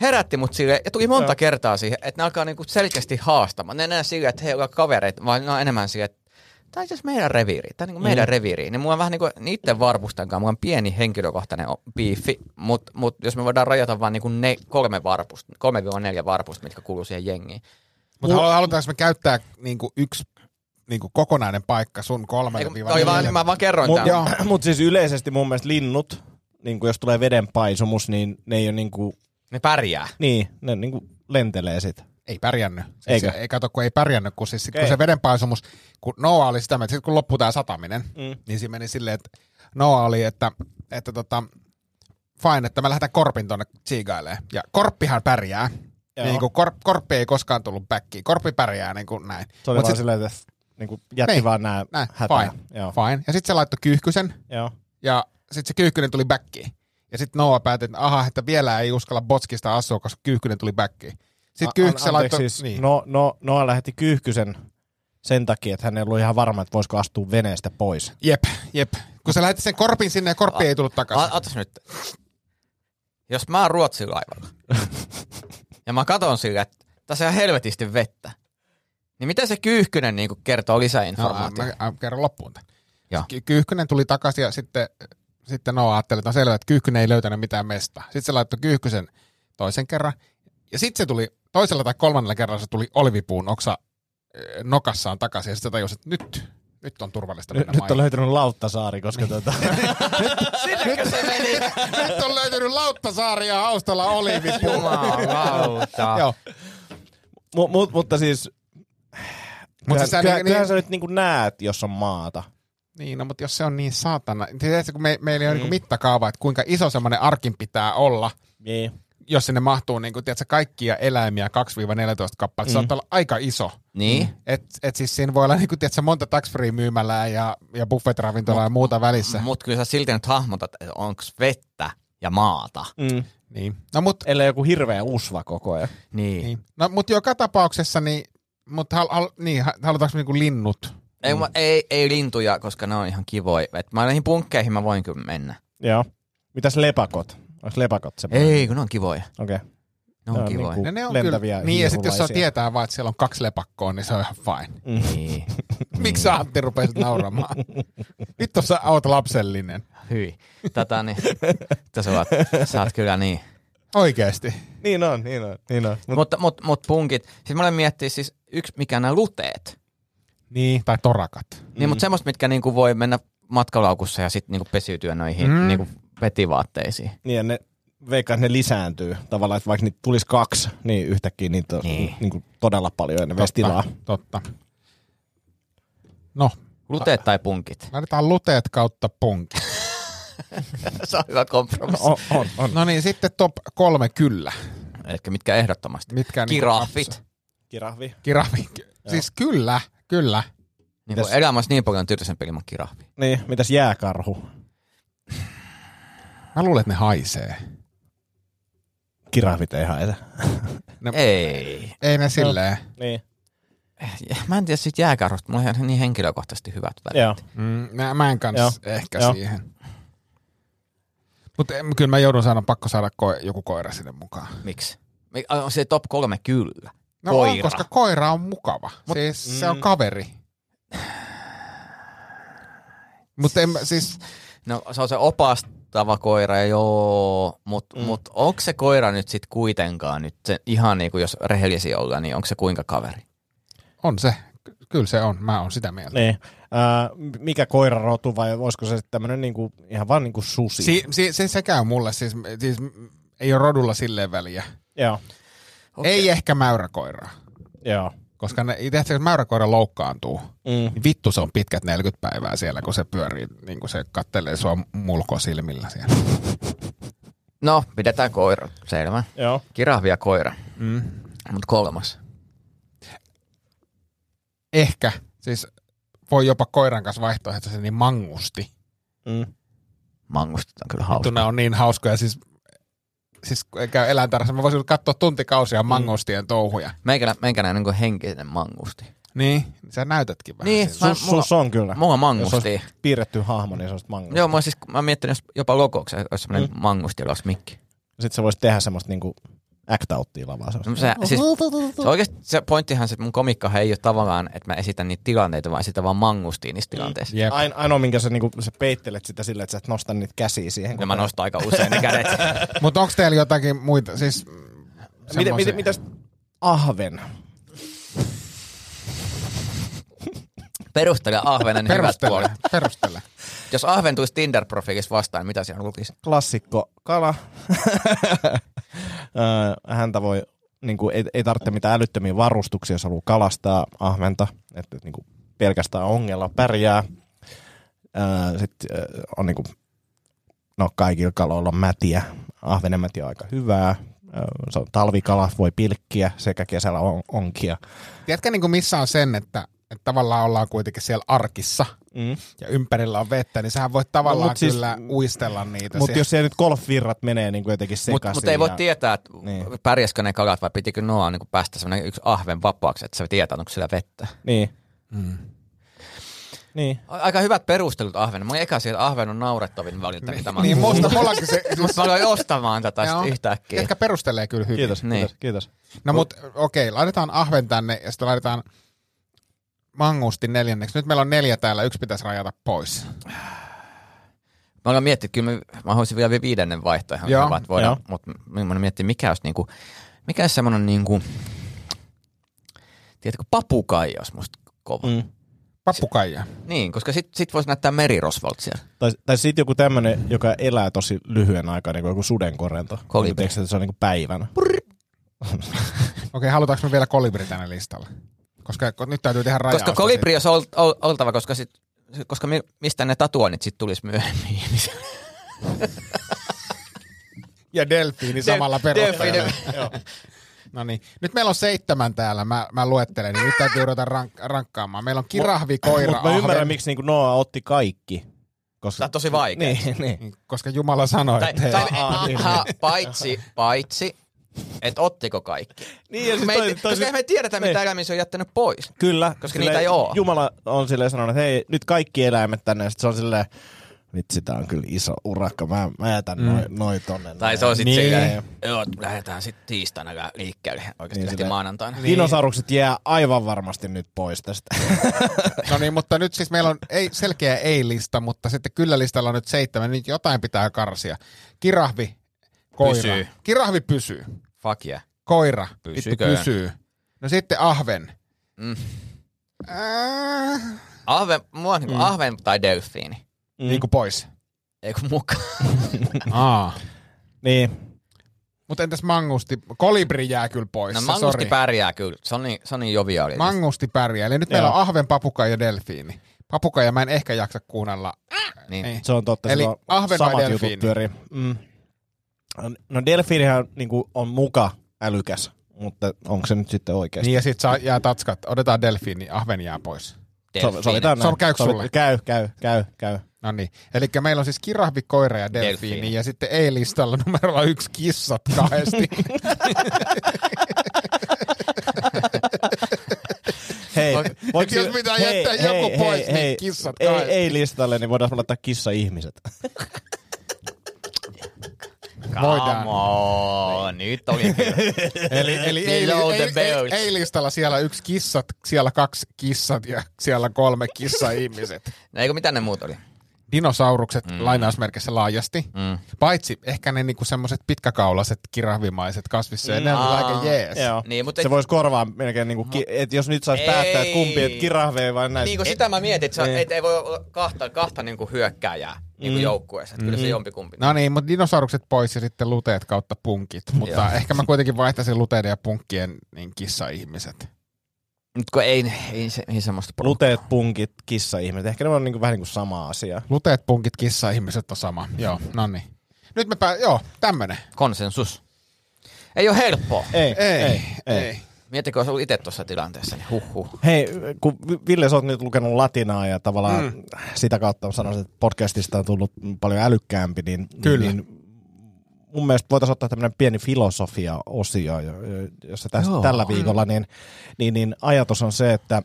Speaker 6: Herätti mut sille ja tuli monta kertaa siihen, että ne alkaa niin kuin selkeästi haastamaan. Ne ei enää silleen, että he ovat kavereita, vaan ne on enemmän silleen, että tämä on itse asiassa meidän reviiri, tämä on niin kuin meidän reviiri. Niin mulla on vähän niin kuin niiden varpustankaan, mulla on pieni henkilökohtainen o- biifi, mutta mut jos me voidaan rajata vaan niin kuin ne kolme varpusta, kolme viiva neljä varpusta, mitkä kuuluu siihen jengiin.
Speaker 8: Mutta halutaanko me käyttää niinku yksi niinku kokonainen paikka sun
Speaker 6: Ei,
Speaker 8: kolmelle
Speaker 6: kun
Speaker 8: viiva
Speaker 6: toi vaan,
Speaker 8: neljälle?
Speaker 6: mä vaan kerroin
Speaker 7: Mut,
Speaker 6: tämän.
Speaker 8: joo.
Speaker 7: mut siis yleisesti mun mielestä linnut, niin jos tulee vedenpaisumus, niin ne ei ole niin kuin,
Speaker 6: Ne pärjää.
Speaker 7: niin, ne niin kuin lentelee sitä.
Speaker 8: Ei pärjännyt. Siis
Speaker 7: Eikö?
Speaker 8: Ei kato, kun ei pärjännyt, kun, siis sit, kun
Speaker 7: Ei.
Speaker 8: se vedenpaisumus, kun Noa oli sitä, että sit kun loppui tämä sataminen, mm. niin se meni silleen, että Noa oli, että, että tota, fine, että mä lähdetään Korpin tonne tsiigailemaan. Ja Korppihan pärjää.
Speaker 7: Joo.
Speaker 8: Niin kuin kor, korppi ei koskaan tullut backiin. Korppi pärjää niin kuin näin.
Speaker 7: Se oli
Speaker 8: Mut
Speaker 7: vaan
Speaker 8: sit-
Speaker 7: silleen, että niin kuin jätti
Speaker 8: Niin,
Speaker 7: vaan nää,
Speaker 8: näin,
Speaker 7: hätää.
Speaker 8: fine,
Speaker 7: Joo.
Speaker 8: fine. Ja sitten se laittoi kyyhkysen,
Speaker 7: Joo.
Speaker 8: ja sitten se kyyhkynen tuli backiin. Ja sitten Noa päätti, että aha, että vielä ei uskalla botskista asua, koska kyyhkynen tuli backiin. Sitten
Speaker 7: A- an-
Speaker 8: kyyhkysen
Speaker 7: anteeksi,
Speaker 8: laittoi...
Speaker 7: Siis, niin. no, no, Noa lähetti kyyhkysen sen takia, että hän ei ollut ihan varma, että voisiko astua veneestä pois.
Speaker 8: Jep, jep. Kun se lähetti sen korpin sinne ja korppi
Speaker 6: A-
Speaker 8: ei tullut takaisin.
Speaker 6: O- Otas nyt. Jos mä oon Ruotsin laivalla ja mä katon sillä, että tässä on helvetisti vettä, niin mitä se kyyhkynen niinku kertoo
Speaker 8: No, mä,
Speaker 6: lisäinformaatiota?
Speaker 8: mä kerron loppuun tämän.
Speaker 6: Joo.
Speaker 8: Ky- Kyyhkynen tuli takaisin ja sitten, sitten Noa ajatteli, että on selvä, että kyyhkynen ei löytänyt mitään mesta. Sitten se laittoi kyyhkysen toisen kerran. Ja sitten se tuli, toisella tai kolmannella kerralla se tuli olivipuun oksa eh, nokassaan takaisin ja sitten se tajusi, että nyt, nyt on turvallista
Speaker 7: Nyt,
Speaker 8: mennä
Speaker 7: nyt on
Speaker 8: maailmaan.
Speaker 7: löytynyt Lauttasaari, koska tuota,
Speaker 8: tota-
Speaker 6: Sinäkö se meni?
Speaker 8: nyt on löytynyt Lauttasaari ja Haustalla olivipuu.
Speaker 6: Jumalauta.
Speaker 8: Joo.
Speaker 7: mu, mu, mutta siis
Speaker 8: Mutta
Speaker 7: Mutta
Speaker 8: siis sä niin-
Speaker 7: kyllähän, kyllähän, kyllähän
Speaker 8: niin-
Speaker 7: sä nyt niinku näet, jos on maata.
Speaker 8: Niin, no, mutta jos se on niin saatana. Tiedätkö, kun me, meillä ei ole mm. niin mittakaavaa, että kuinka iso semmoinen arkin pitää olla,
Speaker 7: Niin.
Speaker 8: jos sinne mahtuu niin kuin, tiedätkö, kaikkia eläimiä 2-14 kappaletta. Mm. Se saattaa olla aika iso.
Speaker 6: Niin?
Speaker 8: Et, et siis siinä voi olla niin kuin, tiedätkö, monta tax free myymälää ja, ja buffet-ravintolaa ja muuta välissä.
Speaker 6: Mut kyllä sä silti nyt hahmotat, että onks vettä ja maata.
Speaker 7: Mm.
Speaker 8: niin. No mutta
Speaker 7: Ellei joku hirveä usva koko ajan.
Speaker 6: Niin.
Speaker 8: niin. no, mut joka tapauksessa, niin, mut hal, hal, niin, ha- halutaanko niin kuin linnut?
Speaker 6: Ei, mä- ei, ei lintuja, koska ne on ihan kivoja. Et mä näihin punkkeihin mä voin kyllä mennä.
Speaker 7: Joo. Mitäs lepakot? Onko lepakot semmoinen?
Speaker 6: Ei, kun ne on kivoja.
Speaker 7: Okei. Okay.
Speaker 6: Ne Mm. on niin
Speaker 7: Joo,
Speaker 6: kivoja.
Speaker 7: niinku-
Speaker 8: No, ne on
Speaker 7: Lentäviä
Speaker 8: kyllä, niin, ja sitten jos saa
Speaker 7: hiirulaisia.
Speaker 8: tietää vaan, että siellä on kaksi lepakkoa, niin se on ihan fine.
Speaker 6: Niin.
Speaker 8: Miksi sä Antti rupesit nauramaan? Vittu sä oot lapsellinen.
Speaker 6: Hyi. Tätä niin. Tätä sä oot, sä oot kyllä niin.
Speaker 8: Oikeesti.
Speaker 7: Niin on, niin on, niin on. Mut,
Speaker 6: Mutta mut, mut punkit. Siis mä olen miettinyt siis yksi, mikä nämä luteet.
Speaker 8: Niin. Tai torakat.
Speaker 6: Niin, mutta semmoista, mitkä niinku voi mennä matkalaukussa ja sitten niinku pesiytyä noihin mm. niinku petivaatteisiin.
Speaker 7: niin ja ne, veikkaan, että ne lisääntyy. Tavallaan, että vaikka niitä tulisi kaksi, niin yhtäkkiä niitä on
Speaker 6: Niin.
Speaker 7: niin. Niinku todella paljon ja ne veisi tilaa.
Speaker 8: Totta. No,
Speaker 6: Luteet tai punkit.
Speaker 8: laitetaan luteet kautta punk.
Speaker 6: Se on hyvä kompromissi.
Speaker 7: On, on, on.
Speaker 8: No niin, sitten top kolme kyllä.
Speaker 6: Eli mitkä ehdottomasti.
Speaker 8: Mitkä niinku
Speaker 6: Kirahvit.
Speaker 7: Kirahvi.
Speaker 8: Kirahvi. Siis kyllä, kyllä.
Speaker 6: Niinku elämässä niin paljon tyytysempi ilman kirahvi.
Speaker 7: Niin, mitäs jääkarhu?
Speaker 8: Mä luulen, että ne haisee.
Speaker 7: Kirahvit ei haeta.
Speaker 6: No. Ei.
Speaker 8: Ei ne silleen.
Speaker 7: Niin.
Speaker 6: Mä en tiedä siitä jääkarhusta. Mulla on ihan niin henkilökohtaisesti hyvät välit.
Speaker 7: Joo.
Speaker 8: Mm, nää- mä en
Speaker 7: Joo.
Speaker 8: kanssa ehkä
Speaker 7: Joo.
Speaker 8: siihen. Mutta kyllä mä joudun sanoa, pakko saada ko- joku koira sinne mukaan.
Speaker 6: Miksi? Mi- On se top kolme kyllä.
Speaker 8: No
Speaker 6: koira.
Speaker 8: on, koska koira on mukava. Mut, siis mm. se on kaveri. Mutta siis,
Speaker 6: No se on se opas pelottava koira, joo, mutta mm. mut onko se koira nyt sitten kuitenkaan nyt se, ihan niin kuin jos rehellisiä ollaan, niin onko se kuinka kaveri?
Speaker 8: On se. Ky- Kyllä se on. Mä oon sitä mieltä.
Speaker 7: Niin. Ää, mikä koirarotu vai olisiko se sitten tämmöinen niinku, ihan vaan niinku susi?
Speaker 8: Si, si, se, se käy mulle. Siis, siis ei ole rodulla silleen väliä.
Speaker 7: Joo,
Speaker 8: Okay. Ei ehkä mäyräkoiraa.
Speaker 7: joo.
Speaker 8: Koska ne, itse asiassa, kun mäyräkoira loukkaantuu,
Speaker 7: Mm.
Speaker 8: niin vittu se on pitkät 40 päivää siellä, kun se pyörii, niin kuin se kattelee sua mulko silmillä siellä.
Speaker 6: No, pidetään koira, selvä.
Speaker 7: Joo.
Speaker 6: Kirahvia koira,
Speaker 8: Mm.
Speaker 6: mutta kolmas.
Speaker 8: Ehkä. Siis voi jopa koiran kanssa vaihtoehtoisesti niin mangusti.
Speaker 7: Mm.
Speaker 6: Mangusta on kyllä
Speaker 8: Vittu,
Speaker 6: hauska.
Speaker 8: ne on niin hauskoja. Siis, siis kun käy eläintarhassa, mä voisin katsoa tuntikausia mangustien touhuja.
Speaker 6: Meikälä, meikälä niin kuin henkinen mangusti.
Speaker 8: Niin, sä näytätkin vähän
Speaker 6: Niin,
Speaker 8: siltä.
Speaker 6: mä-
Speaker 7: Sus,
Speaker 6: mulla-
Speaker 7: sus on kyllä.
Speaker 6: Mua mangusti.
Speaker 7: Jos olisi piirretty hahmo, niin se olisi mangusti.
Speaker 6: Joo, mä oon siis, mä oon miettinyt, jos jopa logoksi olisi semmoinen mm. mangusti, jolla olisi mikki.
Speaker 7: Sitten sä voisit tehdä semmoista niinku act outtia lavaa.
Speaker 6: No,
Speaker 7: semmoista.
Speaker 6: se, siis, se, oikeasti, se pointtihan se, että mun komikkahan ei ole tavallaan, että mä esitän niitä tilanteita, vaan sitä vaan mangustiin niissä tilanteissa.
Speaker 8: Jep.
Speaker 7: Ain, ainoa, minkä sä, niinku, sä peittelet sitä silleen, että sä et nosta niitä käsiä siihen.
Speaker 6: Ja mä nostan aika usein ne kädet.
Speaker 8: Mutta onko teillä jotakin muita? Siis, mm,
Speaker 7: Miten,
Speaker 8: semmosia-
Speaker 7: miten, mitäs ahven?
Speaker 6: Perustele ahvenen hyvät
Speaker 8: Perustele,
Speaker 6: puolet.
Speaker 8: perustele.
Speaker 6: Jos ahven tulisi Tinder-profiilissa vastaan, niin mitä siellä lukisi?
Speaker 7: Klassikko kala. Ö, Häntä voi, niinku, ei, ei tarvitse mitään älyttömiä varustuksia, jos haluaa kalastaa ahventa. Että niinku, pelkästään ongella pärjää. Sitten on niinku, no kaikilla kaloilla on mätiä. Ahvenemäti on aika hyvää. Ö, Se on talvikala, voi pilkkiä sekä kesällä on, onkia.
Speaker 8: Tiedätkö niin kuin missä on sen, että, että tavallaan ollaan kuitenkin siellä arkissa
Speaker 7: Mm.
Speaker 8: ja ympärillä on vettä, niin sähän voit tavallaan
Speaker 7: No,
Speaker 8: no,
Speaker 7: mut siis-
Speaker 8: kyllä uistella niitä.
Speaker 7: Mutta
Speaker 8: siellä.
Speaker 7: jos siellä nyt golfvirrat menee niin jotenkin
Speaker 6: Mutta
Speaker 7: sekaisin.
Speaker 6: mut ei voi
Speaker 7: ja-
Speaker 6: tietää, että
Speaker 7: Niin.
Speaker 6: niin. pärjäskö ne kalat vai pitikö noa niin päästä semmoinen yksi ahven vapaaksi, että sä tietää, onko sillä vettä.
Speaker 7: Niin.
Speaker 8: Mm.
Speaker 7: Niin.
Speaker 6: Aika hyvät perustelut ahven. Mun eka siellä ahven on naurettavin valinta, mitä mä
Speaker 8: Niin musta
Speaker 6: Mutta
Speaker 8: mullakin se...
Speaker 6: mä aloin ostamaan tätä
Speaker 8: Joo.
Speaker 6: sitten yhtäkkiä.
Speaker 8: Jotka perustelee kyllä hyvin.
Speaker 7: Kiitos,
Speaker 6: Niin.
Speaker 7: kiitos, kiitos.
Speaker 8: No mut okei, laitetaan ahven tänne ja sitten laitetaan mangusti neljänneksi. Nyt meillä on neljä täällä, yksi pitäisi rajata pois.
Speaker 6: Mä olen miettinyt, kyllä mä, mä haluaisin vielä viidennen vaihtoehdon,
Speaker 8: Joo,
Speaker 6: hyvä, että voidaan,
Speaker 7: joo.
Speaker 6: mutta mä olen miettinyt, mikä olisi niinku, mikä olisi semmoinen niinku, tiedätkö, papukaija olisi musta kova. Mm.
Speaker 7: Mm.
Speaker 8: Pappukaija.
Speaker 6: Niin, koska sit, sit voisi näyttää merirosvolt siellä.
Speaker 7: Tai, tai sitten joku tämmöinen, joka elää tosi lyhyen aikaa, niin kuin joku sudenkorento.
Speaker 6: Kolibri.
Speaker 7: Tiedätkö, että se on niin kuin päivänä.
Speaker 8: Okei, halutaanko me vielä kolibri tänne listalle? Koska ko- nyt täytyy tehdä rajaus.
Speaker 6: Koska kolibri olisi ol, ol, oltava, koska, sit, koska mi, mistä ne tatuoinnit sitten tulisi myöhemmin. Niin
Speaker 8: Ja delfiini samalla perusteella.
Speaker 6: delfiini.
Speaker 8: No niin. Nyt meillä on seitsemän täällä. Mä, mä luettelen, niin nyt täytyy ruveta rank- rankkaamaan. Meillä on kirahvi, koira,
Speaker 7: Mutta mä ymmärrän,
Speaker 8: ahven.
Speaker 7: miksi niin kuin Noa otti kaikki. Koska...
Speaker 6: Tää on tosi vaikea.
Speaker 7: Niin, niin.
Speaker 8: Niin, Koska Jumala sanoi,
Speaker 6: tai,
Speaker 8: että hei,
Speaker 6: tai,
Speaker 7: aa, niin,
Speaker 6: aha, paitsi, paitsi, että ottiko kaikki.
Speaker 7: niin ja siis
Speaker 6: Me ei, koska eihän me tiedetä, mitä
Speaker 7: Niin.
Speaker 6: eläimiä se on jättänyt pois.
Speaker 7: Kyllä.
Speaker 6: Koska niitä ei oo.
Speaker 7: Jumala on silleen sanonut, että hei, nyt kaikki eläimet tänne. Ja sit se on silleen, vitsi, tää on kyllä iso urakka. Mä, mä jätän mm. noin noi tonne.
Speaker 6: Tai se on sitten
Speaker 7: Niin.
Speaker 6: niin. silleen, joo, lähdetään sitten tiistaina lä- liikkeelle. Oikeasti
Speaker 7: Niin,
Speaker 6: niin,
Speaker 7: sillä-
Speaker 6: maanantaina.
Speaker 7: Niin. Dinosaurukset jää aivan varmasti nyt pois tästä.
Speaker 8: No niin, mutta nyt siis meillä on ei, selkeä ei-lista, mutta sitten kyllä-listalla on nyt seitsemän, niin jotain pitää karsia. Kirahvi, koira.
Speaker 6: Pysyy.
Speaker 8: Kirahvi pysyy.
Speaker 6: Fuck yeah.
Speaker 8: Koira,
Speaker 6: Pysyykö?
Speaker 8: vittu pysyy. No sitten ahven.
Speaker 6: Mm.
Speaker 8: Äh,
Speaker 6: Ahven, mua on niinku mm. ahven tai delfiini.
Speaker 8: Niin kuin pois.
Speaker 6: Ei kun mukaan.
Speaker 8: Aa.
Speaker 7: niin.
Speaker 8: Mutta entäs mangusti? Kolibri jää kyllä pois.
Speaker 6: No
Speaker 8: se,
Speaker 6: mangusti
Speaker 8: sori.
Speaker 6: pärjää kyllä. Se on niin, se on niin joviaali.
Speaker 8: Mangusti pärjää. Eli nyt
Speaker 7: Joo.
Speaker 8: meillä on ahven, papukaija ja delfiini. Papukaija mä en ehkä jaksa kuunnella.
Speaker 6: niin.
Speaker 8: Ei.
Speaker 7: Se on totta.
Speaker 8: Eli
Speaker 7: sillä on
Speaker 8: ahven vai
Speaker 7: samat
Speaker 8: delfiini?
Speaker 7: jutut pyörii. Mm. No delfiinihän niinku on muka älykäs, mutta onko se nyt sitten oikeasti?
Speaker 8: Niin ja sit saa, jää tatskat. Otetaan delfiini, ahven jää pois.
Speaker 6: delfiini.
Speaker 7: sovitaan näin.
Speaker 8: So- käykö
Speaker 7: Sovi-
Speaker 8: sulle?
Speaker 7: Käy, käy, käy, käy.
Speaker 8: No niin, eli meillä on siis kirahvi, koira ja delfiini,
Speaker 6: Delfiini.
Speaker 8: ja sitten ei-listalla numerolla yksi kissat kahdesti.
Speaker 7: Hei,
Speaker 6: Okei.
Speaker 7: voiko
Speaker 8: Jos
Speaker 7: si-
Speaker 8: pitää jättää joku pois, niin kissat
Speaker 7: ei,
Speaker 8: kahdesti.
Speaker 7: ei listalle, niin voidaan laittaa kissa-ihmiset.
Speaker 8: Voidaan.
Speaker 6: Voidaan. nyt oli kyllä.
Speaker 8: eli eli ei,
Speaker 6: Below the
Speaker 8: ei, ei,
Speaker 6: belt.
Speaker 8: ei-listalla siellä yksi kissat, siellä kaksi kissat ja siellä kolme kissa-ihmiset.
Speaker 6: No, Eikö mitä ne muut oli?
Speaker 8: dinosaurukset mm. lainausmerkissä laajasti,
Speaker 6: Mm.
Speaker 8: paitsi ehkä ne niinku semmoiset pitkäkaulaset, kirahvimaiset kasvissa, mm. ne on
Speaker 6: Aa.
Speaker 8: aika jees.
Speaker 7: Joo.
Speaker 6: Niin, mutta
Speaker 7: se
Speaker 6: et-
Speaker 7: voisi korvaa melkein, niinku, ki- että jos nyt saisi päättää, että kumpi,
Speaker 6: Ei.
Speaker 7: että kirahvee vai näin.
Speaker 6: Niin kuin sitä mä mietin, että se on-
Speaker 7: Niin.
Speaker 6: et ei voi olla kahta, kahta niin kuin hyökkääjää niin kuin joukkueessa. Että Kyllä se jompikumpi.
Speaker 8: No niin, mutta dinosaurukset pois ja sitten luteet kautta punkit. Mutta
Speaker 6: Joo.
Speaker 8: ehkä mä kuitenkin vaihtaisin luteiden ja punkkien niin kissa-ihmiset.
Speaker 6: Nyt kun ei, ei, se, ei semmoista porukkaa.
Speaker 7: Luteet, punkit, kissa-ihmiset. Ehkä ne on niinku, vähän niin kuin sama asia.
Speaker 8: Luteet, punkit, kissa-ihmiset on sama. Joo, no niin. Nyt me pää... Joo, tämmönen.
Speaker 6: Konsensus. Ei ole helppoa.
Speaker 7: Ei,
Speaker 6: Miettikö, jos ollut itse tuossa tilanteessa, niin huhhuh.
Speaker 7: Hei, kun Vi- Ville, sä oot nyt lukenut latinaa ja tavallaan mm. sitä kautta sanoisin, että podcastista on tullut paljon älykkäämpi, niin,
Speaker 8: Kyllä.
Speaker 7: niin mun mielestä voitaisiin ottaa tämmöinen pieni filosofia-osio, jo- jo- jossa tässä,
Speaker 6: Joo.
Speaker 7: tällä viikolla, niin, niin, niin ajatus on se, että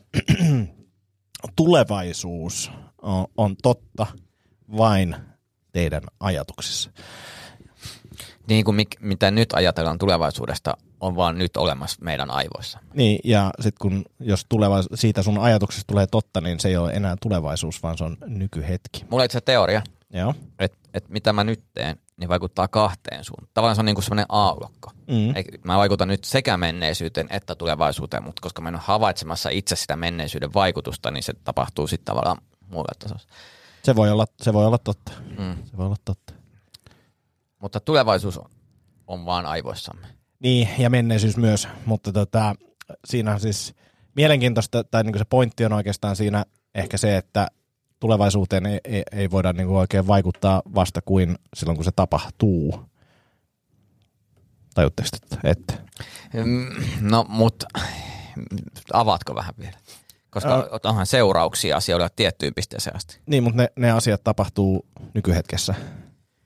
Speaker 7: tulevaisuus on, on totta vain teidän ajatuksissa.
Speaker 6: Niin kuin mik, mitä nyt ajatellaan tulevaisuudesta, on vaan nyt olemassa meidän aivoissa.
Speaker 7: Niin, ja sitten kun jos tulevais- siitä sun ajatuksesta tulee totta, niin se ei ole enää tulevaisuus, vaan se on nykyhetki.
Speaker 6: Mulla on itse asiassa teoria,
Speaker 7: Joo.
Speaker 6: että et mitä mä nyt teen, niin vaikuttaa kahteen suuntaan. Tavallaan se on niin kuin semmoinen aallokko.
Speaker 7: Mm.
Speaker 6: Ei, Mä vaikutan nyt sekä menneisyyteen että tulevaisuuteen, mutta koska mä en ole havaitsemassa itse sitä menneisyyden vaikutusta, niin se tapahtuu sitten tavallaan muulla tasolla.
Speaker 7: Se voi olla, se voi olla totta.
Speaker 6: Mm.
Speaker 7: Se voi olla totta.
Speaker 6: Mutta tulevaisuus on, on vaan aivoissamme.
Speaker 7: Niin, ja menneisyys myös, mutta tota, siinä on siis mielenkiintoista, tai niin se pointti on oikeastaan siinä ehkä se, että tulevaisuuteen ei, ei, ei voida niin oikein vaikuttaa vasta kuin silloin, kun se tapahtuu. Tajutteko, että, että
Speaker 6: Mm, No, mutta avaatko vähän vielä? Koska Ö... onhan seurauksia asioilla tiettyyn pisteeseen asti.
Speaker 7: Niin, mutta ne, ne asiat tapahtuu nykyhetkessä.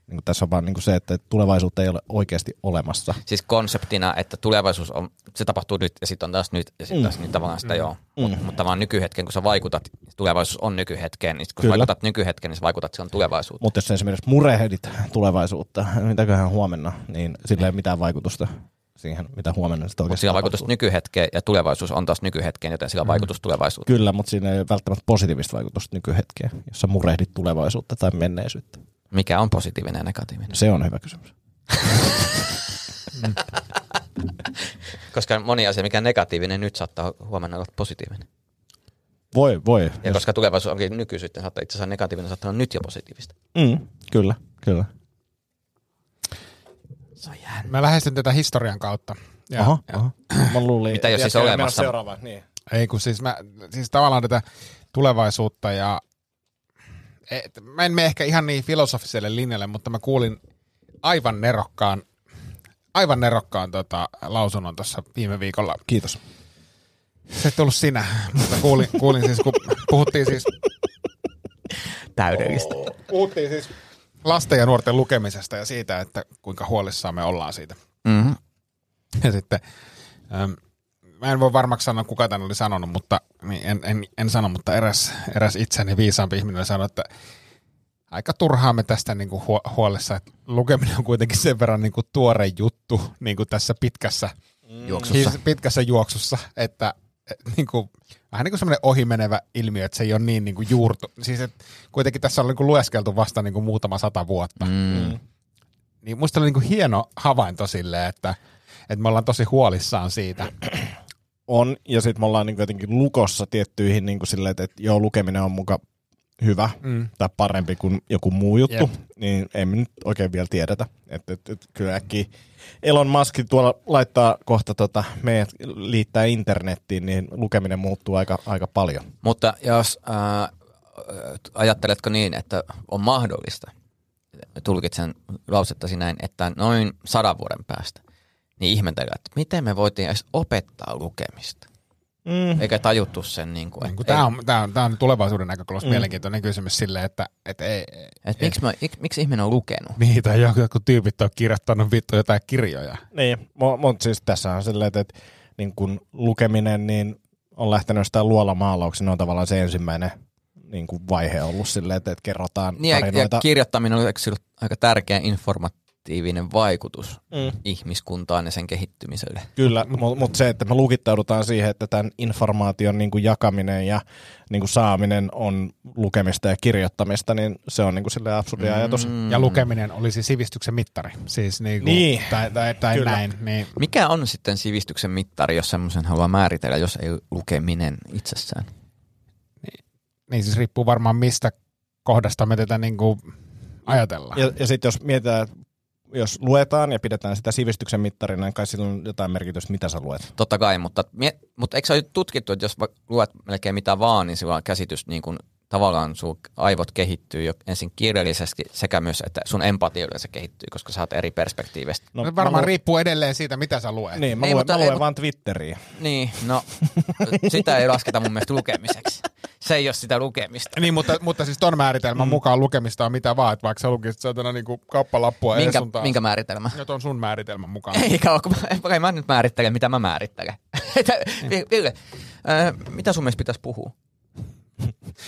Speaker 7: Niin kuin tässä on vaan niin kuin se, että tulevaisuutta ei ole oikeasti olemassa.
Speaker 6: Siis konseptina, että tulevaisuus on, se tapahtuu nyt ja sitten on taas nyt ja sitten taas mm. nyt tavallaan sitä joo. Mm. Mutta vaan nykyhetken, kun sä vaikutat, tulevaisuus on nykyhetkeen, niin sit kun sä
Speaker 7: Kyllä.
Speaker 6: vaikutat nykyhetkeen, niin sä vaikutat silloin tulevaisuuteen.
Speaker 7: Mutta jos sä esimerkiksi murehdit tulevaisuutta, mitäköhän huomenna, niin sillä ei ole mitään vaikutusta siihen, mitä huomenna sitten
Speaker 6: Mutta
Speaker 7: oikeasti
Speaker 6: sillä on
Speaker 7: tapahtuu.
Speaker 6: vaikutus nykyhetkeen ja tulevaisuus on taas nykyhetkeen, joten sillä on vaikutus tulevaisuuteen.
Speaker 7: Kyllä, mutta siinä ei ole välttämättä positiivista vaikutusta nykyhetkeen, jos sä murehdit tulevaisuutta tai menneisyyttä.
Speaker 6: Mikä on positiivinen ja negatiivinen?
Speaker 7: Se on hyvä kysymys.
Speaker 6: Koska moni asia, mikä on negatiivinen, nyt saattaa huomenna olla positiivinen.
Speaker 7: Voi, voi.
Speaker 6: Ja koska tulevaisuus onkin nykyisyyttä, saattaa itse asiassa negatiivinen saattaa olla nyt jo positiivista.
Speaker 7: Mm, kyllä, kyllä.
Speaker 6: Se on jännä.
Speaker 8: Mä lähestyn tätä historian kautta. Ja,
Speaker 7: Aha,
Speaker 8: ja
Speaker 7: aha. Mä luulin,
Speaker 6: Mitä jos siis
Speaker 7: Tiedätkö,
Speaker 6: olemassa-
Speaker 7: mennä seuraavaan, niin.
Speaker 8: Ei kun siis, mä, siis tavallaan tätä tulevaisuutta ja et, mä en mene ehkä ihan niin filosofiselle linjalle, mutta mä kuulin aivan nerokkaan, aivan nerokkaan tota, lausunnon tuossa viime viikolla.
Speaker 7: Kiitos.
Speaker 8: Se ei tullut sinä, mutta kuulin, kuulin siis, kun puhuttiin siis,
Speaker 6: Täydellistä.
Speaker 8: puhuttiin siis lasten ja nuorten lukemisesta ja siitä, että kuinka huolissaan me ollaan siitä.
Speaker 6: Mm-hmm.
Speaker 8: Ja sitten, äm, mä en voi varmaksi sanoa, kuka tämän oli sanonut, mutta niin en, en, en sano, mutta eräs, eräs itseni viisaampi ihminen sanoi, että aika turhaa me tästä niin kuin huolessa, että lukeminen on kuitenkin sen verran niin kuin tuore juttu niin kuin tässä pitkässä
Speaker 6: Juoksussa.
Speaker 8: Siis pitkässä juoksussa, että et, niin kuin, vähän niin kuin semmoinen ohimenevä ilmiö, että se ei ole niin, niin kuin juurtu. Siis et, kuitenkin tässä on niin kuin lueskeltu vasta niin kuin muutama sata vuotta.
Speaker 6: Mm.
Speaker 8: Niin musta oli niin kuin hieno havainto silleen, että, että me ollaan tosi huolissaan siitä.
Speaker 7: On, ja sitten me ollaan niin jotenkin lukossa tiettyihin niin kuin silleen, että, että joo, lukeminen on muka hyvä
Speaker 8: Mm.
Speaker 7: mm. tai parempi kuin joku muu juttu,
Speaker 8: Jep.
Speaker 7: niin ei me nyt oikein vielä tiedetä. Että, että, että kyllä äkkiä Elon Musk tuolla laittaa kohta tota, meidät liittää internettiin, niin lukeminen muuttuu aika, aika paljon.
Speaker 6: Mutta jos ää, ajatteletko niin, että on mahdollista, tulkitsen lausettasi näin, että noin sadan vuoden päästä, niin ihmetellään, että miten me voitiin edes opettaa lukemista.
Speaker 7: Mm.
Speaker 6: Eikä tajuttu sen, niin kuin,
Speaker 8: Niin kuin
Speaker 6: että,
Speaker 8: tämä, on, tämä, on, tämä on tulevaisuuden näkökulmasta mm. mielenkiintoinen kysymys silleen, että, että ei,
Speaker 6: että miksi, mä, ik- miksi ihminen on lukenut.
Speaker 8: niitä jotkut tyypit on kirjoittanut vittu jotain kirjoja.
Speaker 7: Niin, mutta siis tässä on silleen, että, että niin kun lukeminen niin on lähtenyt sitä luolamaalauksen, on tavallaan se ensimmäinen niin kuin vaihe ollut silleen, että, että kerrotaan
Speaker 6: Niin, ja, ja
Speaker 7: tarinoita.
Speaker 6: kirjoittaminen oli eikö se ollut aika tärkeä informaatio positiivinen vaikutus
Speaker 7: Mm.
Speaker 6: ihmiskuntaan ja sen kehittymiselle.
Speaker 7: Kyllä, mutta mut se, että me lukittaudutaan siihen, että tämän informaation niin kuin jakaminen ja niin kuin saaminen on lukemista ja kirjoittamista, niin se on niin kuin sille absurdi
Speaker 6: Mm.
Speaker 7: ajatus.
Speaker 8: Ja lukeminen olisi sivistyksen mittari. Siis niin, kuin,
Speaker 7: Niin.
Speaker 8: tai, tai, tai
Speaker 7: Kyllä.
Speaker 8: näin. Niin.
Speaker 6: Mikä on sitten sivistyksen mittari, jos semmoisen haluaa määritellä, jos ei lukeminen itsessään?
Speaker 8: niin siis riippuu varmaan mistä kohdasta me tätä niin kuin ajatellaan.
Speaker 7: Ja, ja sitten jos mietitään, että jos luetaan ja pidetään sitä sivistyksen mittarina, niin kai sillä on jotain merkitystä, mitä sä luet.
Speaker 6: Totta kai, mutta, mie- mutta eikö se ole tutkittu, että jos va- luet melkein mitä vaan, niin sillä on käsitys niin kuin, tavallaan sun aivot kehittyy jo ensin kirjallisesti sekä myös, että sun empatia yleensä kehittyy, koska saat eri perspektiiveistä.
Speaker 8: No,
Speaker 7: mä
Speaker 8: varmaan
Speaker 7: lu-
Speaker 8: riippuu edelleen siitä, mitä sä luet.
Speaker 7: Niin, mä
Speaker 6: Ei,
Speaker 7: luen,
Speaker 6: mutta-
Speaker 7: mä
Speaker 6: ei,
Speaker 7: luen
Speaker 6: mut-
Speaker 7: vaan Twitteriä.
Speaker 6: Niin, no sitä ei lasketa mun mielestä lukemiseksi. Se ei ole sitä lukemista.
Speaker 8: Niin, mutta, mutta siis ton määritelmän mm. mukaan lukemista on mitä vaan, että vaikka sä lukisit saatana niin kuin kappalappua edes
Speaker 6: Minkä,
Speaker 8: sun taas.
Speaker 6: minkä määritelmä?
Speaker 8: Ja ton sun määritelmän mukaan.
Speaker 6: Eikä ole, kun mä, ei mä nyt määrittelen, mitä mä määrittelen. Että, Ville, ää, mitä sun mielestä pitäisi puhua?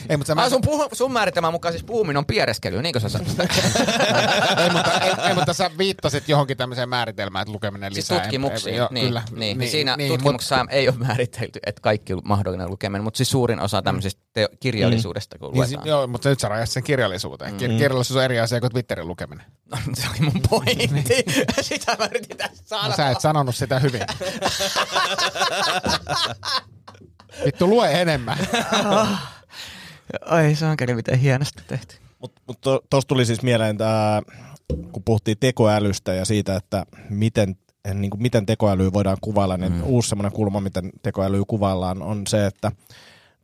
Speaker 8: Ei, mutta sä
Speaker 6: Mä...
Speaker 8: mä,
Speaker 6: Ah, sun, puhu, sun määritelmän mukaan siis puhuminen on piereskely, niinkö sä sanoit?
Speaker 8: ei, mutta, ei, ei, mutta sä viittasit johonkin tämmöiseen määritelmään, että lukeminen
Speaker 6: siis
Speaker 8: lisää.
Speaker 6: tutkimuksiin,
Speaker 8: Ei- ei- joo,
Speaker 6: niin,
Speaker 8: kyllä.
Speaker 6: niin, niin, niin, siinä niin, tutkimuksessa ei ole määritelty, että kaikki mahdollinen lukeminen, mutta siis suurin osa tämmöisistä teo- kirjallisuudesta, kun
Speaker 8: Niin, si-
Speaker 6: luetaan.
Speaker 8: joo, mutta nyt sä rajasit sen
Speaker 7: Mm.
Speaker 8: kirjallisuuteen. Kir- kirjallisuus on eri asia kuin Twitterin lukeminen.
Speaker 6: No, se oli mun pointti. Sitä mä yritin tässä saada.
Speaker 8: No sä et sanonut sitä hyvin. Vittu, lue enemmän.
Speaker 6: Ai sankeli, miten hienosti tehty.
Speaker 7: Mutta mut tuosta tuli siis mieleen, tää, kun puhuttiin tekoälystä ja siitä, että miten, niin kuin miten tekoälyä voidaan kuvailla, niin mm. uusi semmoinen kulma, miten tekoälyä kuvaillaan, on se, että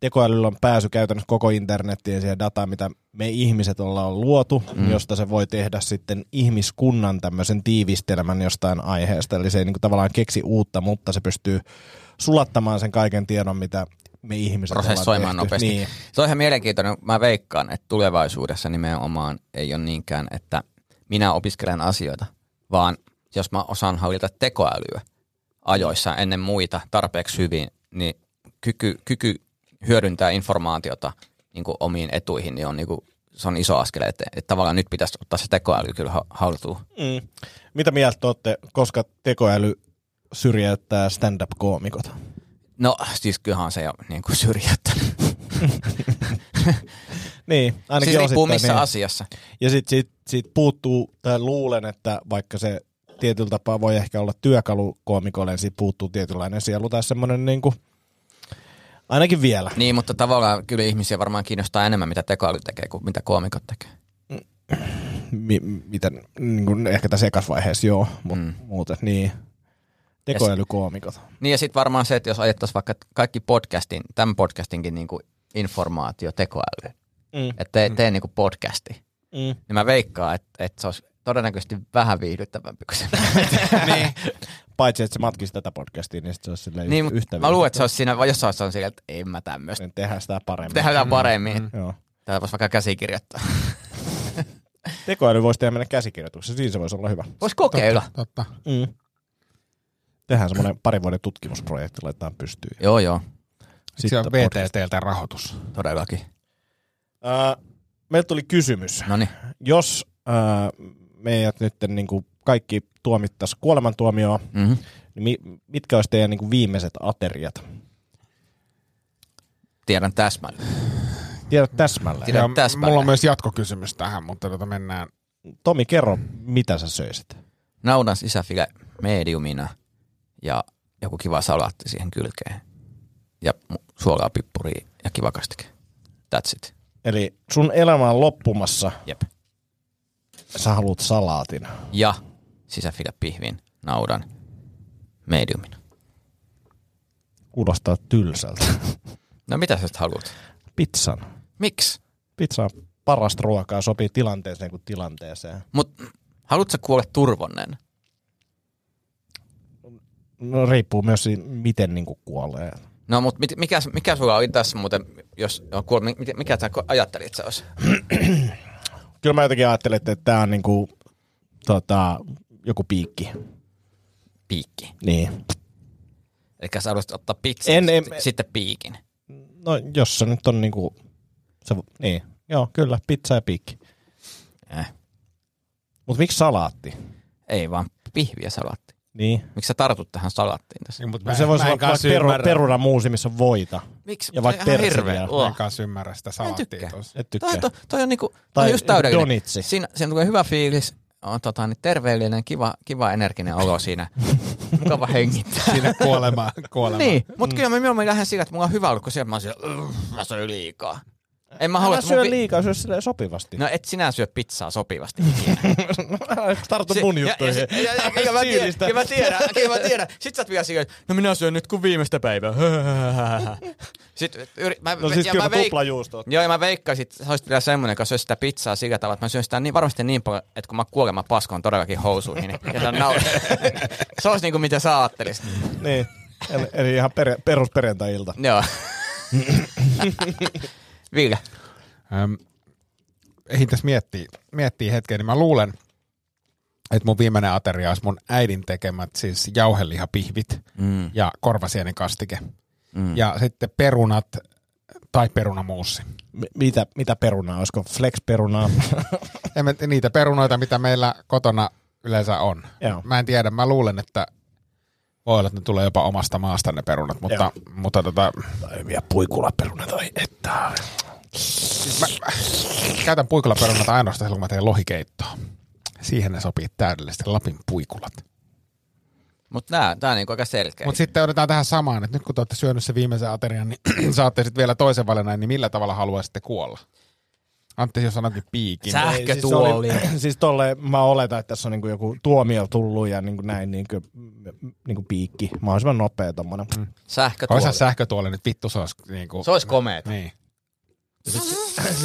Speaker 7: tekoälyllä on pääsy käytännössä koko internettiin ja siihen dataan, mitä me ihmiset ollaan luotu, mm. josta se voi tehdä sitten ihmiskunnan tämmöisen tiivistelmän jostain aiheesta. Eli se ei niin kuin tavallaan keksi uutta, mutta se pystyy sulattamaan sen kaiken tiedon, mitä me ihmiset ollaan
Speaker 6: Prosessoimaan
Speaker 7: tehty.
Speaker 6: nopeasti.
Speaker 7: Niin.
Speaker 6: Se on ihan mielenkiintoinen. Mä veikkaan, että tulevaisuudessa nimenomaan ei ole niinkään, että minä opiskelen asioita, vaan jos mä osaan hallita tekoälyä ajoissa ennen muita tarpeeksi hyvin, niin kyky, kyky hyödyntää informaatiota niin kuin omiin etuihin niin on, niin kuin, se on iso askel eteen. Että tavallaan nyt pitäisi ottaa se tekoäly kyllä ha- haltuun.
Speaker 7: Mm. Mitä mieltä olette, koska tekoäly syrjäyttää stand-up-koomikot?
Speaker 6: No siis kyllähän se jo niin kuin syrjäyttänyt.
Speaker 7: Niin, ainakin
Speaker 6: Siis riippuu
Speaker 7: osittain,
Speaker 6: missä
Speaker 7: niin.
Speaker 6: asiassa.
Speaker 7: Ja sitten siitä, siitä puuttuu, tai luulen, että vaikka se tietyllä tapaa voi ehkä olla työkalu koomikolle, niin siitä puuttuu tietynlainen sielu tai semmoinen niin kuin, ainakin vielä.
Speaker 6: Niin, mutta tavallaan kyllä ihmisiä varmaan kiinnostaa enemmän, mitä tekoäly tekee, kuin mitä koomikot tekee.
Speaker 7: Mi- miten, niin kuin ehkä tässä ekassa vaiheessa joo, mutta
Speaker 6: Mm.
Speaker 7: mm. muuten niin. Tekoälykoomikot.
Speaker 6: Niin ja sitten varmaan se, että jos ajettaisiin vaikka kaikki podcastin, tämän podcastinkin niin kuin informaatio tekoäly,
Speaker 7: Mm.
Speaker 6: että tee, tee niin kuin podcasti,
Speaker 7: Mm.
Speaker 6: niin mä veikkaan, että, että se olisi todennäköisesti vähän viihdyttävämpi kuin se.
Speaker 7: niin. Paitsi, että se matkisi tätä podcastia, niin sit se olisi silleen
Speaker 6: niin,
Speaker 7: yhtä
Speaker 6: mutta mä
Speaker 7: viihdyttävää.
Speaker 6: luulen, että se olisi siinä, vai jossain se on silleen, että en mä tämmöistä.
Speaker 7: Niin Tehdään sitä paremmin.
Speaker 6: Tehdään paremmin. Mm.
Speaker 7: Joo.
Speaker 6: Tätä voisi vaikka käsikirjoittaa.
Speaker 7: Tekoäly voisi tehdä meille käsikirjoituksessa, siinä se voisi olla hyvä.
Speaker 6: Voisi kokeilla.
Speaker 8: Totta.
Speaker 7: Mm. Tehdään semmoinen parin vuoden tutkimusprojekti, laitetaan pystyyn.
Speaker 6: Joo, joo.
Speaker 8: Se on
Speaker 7: podcast.
Speaker 8: VTTltä rahoitus.
Speaker 6: Todellakin.
Speaker 7: Äh, meiltä tuli kysymys.
Speaker 6: No niin.
Speaker 7: Jos äh, meidät nyt niin kuin kaikki tuomittaisiin kuolemantuomioon,
Speaker 6: Mm-hmm.
Speaker 7: niin mi- mitkä olisi teidän niin kuin viimeiset ateriat?
Speaker 6: Tiedän täsmälleen.
Speaker 7: Tiedät täsmälleen.
Speaker 6: Tiedän
Speaker 8: m-
Speaker 6: täsmälleen.
Speaker 8: mulla on myös jatkokysymys tähän, mutta tota mennään.
Speaker 7: Tomi, kerro, mitä sä söisit?
Speaker 6: naudan sisäfile mediumina ja joku kiva salaatti siihen kylkeen. Ja mu- suolaa pippuriin ja kiva kastike. That's it.
Speaker 7: Eli sun elämä on loppumassa,
Speaker 6: Jep.
Speaker 7: sä haluat salaatin.
Speaker 6: Ja sisäfile pihvin naudan mediumina.
Speaker 7: Kuulostaa tylsältä.
Speaker 6: No mitä sä sit haluat?
Speaker 7: Pizzan.
Speaker 6: Miksi?
Speaker 7: Pizza on parasta ruokaa, sopii tilanteeseen kuin tilanteeseen.
Speaker 6: Mut haluat sä kuolla turvonnen?
Speaker 7: No riippuu myös siitä, miten niin kuin kuolee.
Speaker 6: No mut mit, mikä, mikä sulla oli tässä muuten, jos on kuol, mi- mitä- mikä sä ko- ajattelit että se olisi?
Speaker 7: Kyllä mä jotenkin ajattelin, että tämä on niin kuin, tota, joku piikki.
Speaker 6: Piikki.
Speaker 7: Niin.
Speaker 6: Eli sä haluaisit ottaa pizzan
Speaker 7: En-
Speaker 6: en,
Speaker 7: en-
Speaker 6: en, sitten piikin.
Speaker 7: No jos se nyt on niin kuin, se, niin. Joo, kyllä, pizza ja piikki.
Speaker 6: Eh.
Speaker 7: Mutta miksi salaatti?
Speaker 6: Ei vaan pihviä salaatti.
Speaker 7: Niin.
Speaker 6: Miksi sä tartut tähän salaattiin tässä?
Speaker 8: Niin, mutta
Speaker 7: No se voisi olla vaikka peru,
Speaker 8: peru.
Speaker 7: perunamuusi, missä on voita.
Speaker 6: Miksi?
Speaker 7: Ja vaikka
Speaker 6: Se on ihan
Speaker 7: persiliä.
Speaker 6: hirveä.
Speaker 8: Mä
Speaker 6: Oh.
Speaker 8: en kanssa ymmärrä sitä
Speaker 6: tykkää.
Speaker 8: salaattia tuossa.
Speaker 7: Et tykkää.
Speaker 6: Toi, toi, toi on niinku,
Speaker 7: Tai
Speaker 6: toi on just täydellinen.
Speaker 7: donitsi.
Speaker 6: Siinä, siinä tulee hyvä fiilis, on tota, niin terveellinen, kiva, kiva energinen olo siinä. Mukava hengittää.
Speaker 8: Sinne kuolemaan. kuolemaan.
Speaker 6: niin, mutta kyllä mä mieluummin lähden sillä, että mulla on hyvä olo, kun siellä mä oon siellä, "Ugh, mä söin liikaa. En mä halua,
Speaker 7: Älä
Speaker 6: että mun
Speaker 7: syö
Speaker 6: pi-
Speaker 7: liikaa, syö silleen sopivasti.
Speaker 6: No et sinä syö pizzaa sopivasti.
Speaker 7: Älä tartu
Speaker 6: Se-
Speaker 7: mun
Speaker 6: ja-
Speaker 7: juttuihin.
Speaker 6: ja- ja- ja- Kyllä mä tiedän,
Speaker 7: Syyllistä.
Speaker 6: kyllä mä tiedän, kyllä mä tiedän. Sit sä oot vielä silleen, no minä syön nyt kuin viimeistä päivää. Sitten yri, mä,
Speaker 7: No siis
Speaker 6: ja
Speaker 7: kyllä
Speaker 6: mä
Speaker 7: mä
Speaker 6: veik-
Speaker 7: tuplajuustoa.
Speaker 6: Joo, ja mä veikkasin, että sä olisit vielä semmonen, joka syö sitä pizzaa sillä tavalla, että mä syön sitä niin, varmasti niin paljon, että kun mä kuoleman paskoon todellakin housuihin, niin jätän nautin. Se olisi niinku mitä sä ajattelisit.
Speaker 7: Niin. Eli, eli ihan per, perusperjantai-ilta.
Speaker 6: Joo. Ville.
Speaker 8: Öm, ehdin tässä miettiä, miettiä hetken, niin mä luulen, että mun viimeinen ateria olisi mun äidin tekemät siis jauhelihapihvit
Speaker 6: Mm.
Speaker 8: ja korvasienen kastike.
Speaker 6: Mm.
Speaker 8: Ja sitten perunat tai perunamuussi.
Speaker 7: M- mitä, mitä perunaa? Olisiko flex-perunaa?
Speaker 8: Ja me, niitä perunoita, mitä meillä kotona yleensä on.
Speaker 7: Joo.
Speaker 8: Mä en tiedä, mä luulen, että voi olla, että ne tulee jopa omasta maasta ne perunat, mutta, mutta tota,
Speaker 7: tai vielä puikulaperunat. Ai että.
Speaker 8: siis mä, mä käytän puikulaperunat ainoastaan silloin, kun mä teen lohikeittoa. Siihen ne sopii täydellisesti, Lapin puikulat.
Speaker 6: Mut nää, tää on niinku aika selkeä.
Speaker 8: Mutta sitten otetaan tähän samaan, että nyt kun te olette syönyt se viimeisen aterian, niin saatte sitten vielä toisen valinnan, niin millä tavalla haluaisitte kuolla? Antti, jos sanotkin piikin.
Speaker 6: Sä- Sähkötuoli.
Speaker 7: Siis, se oli- siis tolle, mä oletan, että tässä on niinku joku tuomio tullut ja niinku näin niinku, niinku piikki. Mahdollisimman nopea tommonen. Mm.
Speaker 6: Sähkötuoli.
Speaker 8: Oisa sähkötuoli nyt, vittu se olisi niin kuin...
Speaker 6: Se olisi komeeta.
Speaker 8: Niin.
Speaker 7: Sit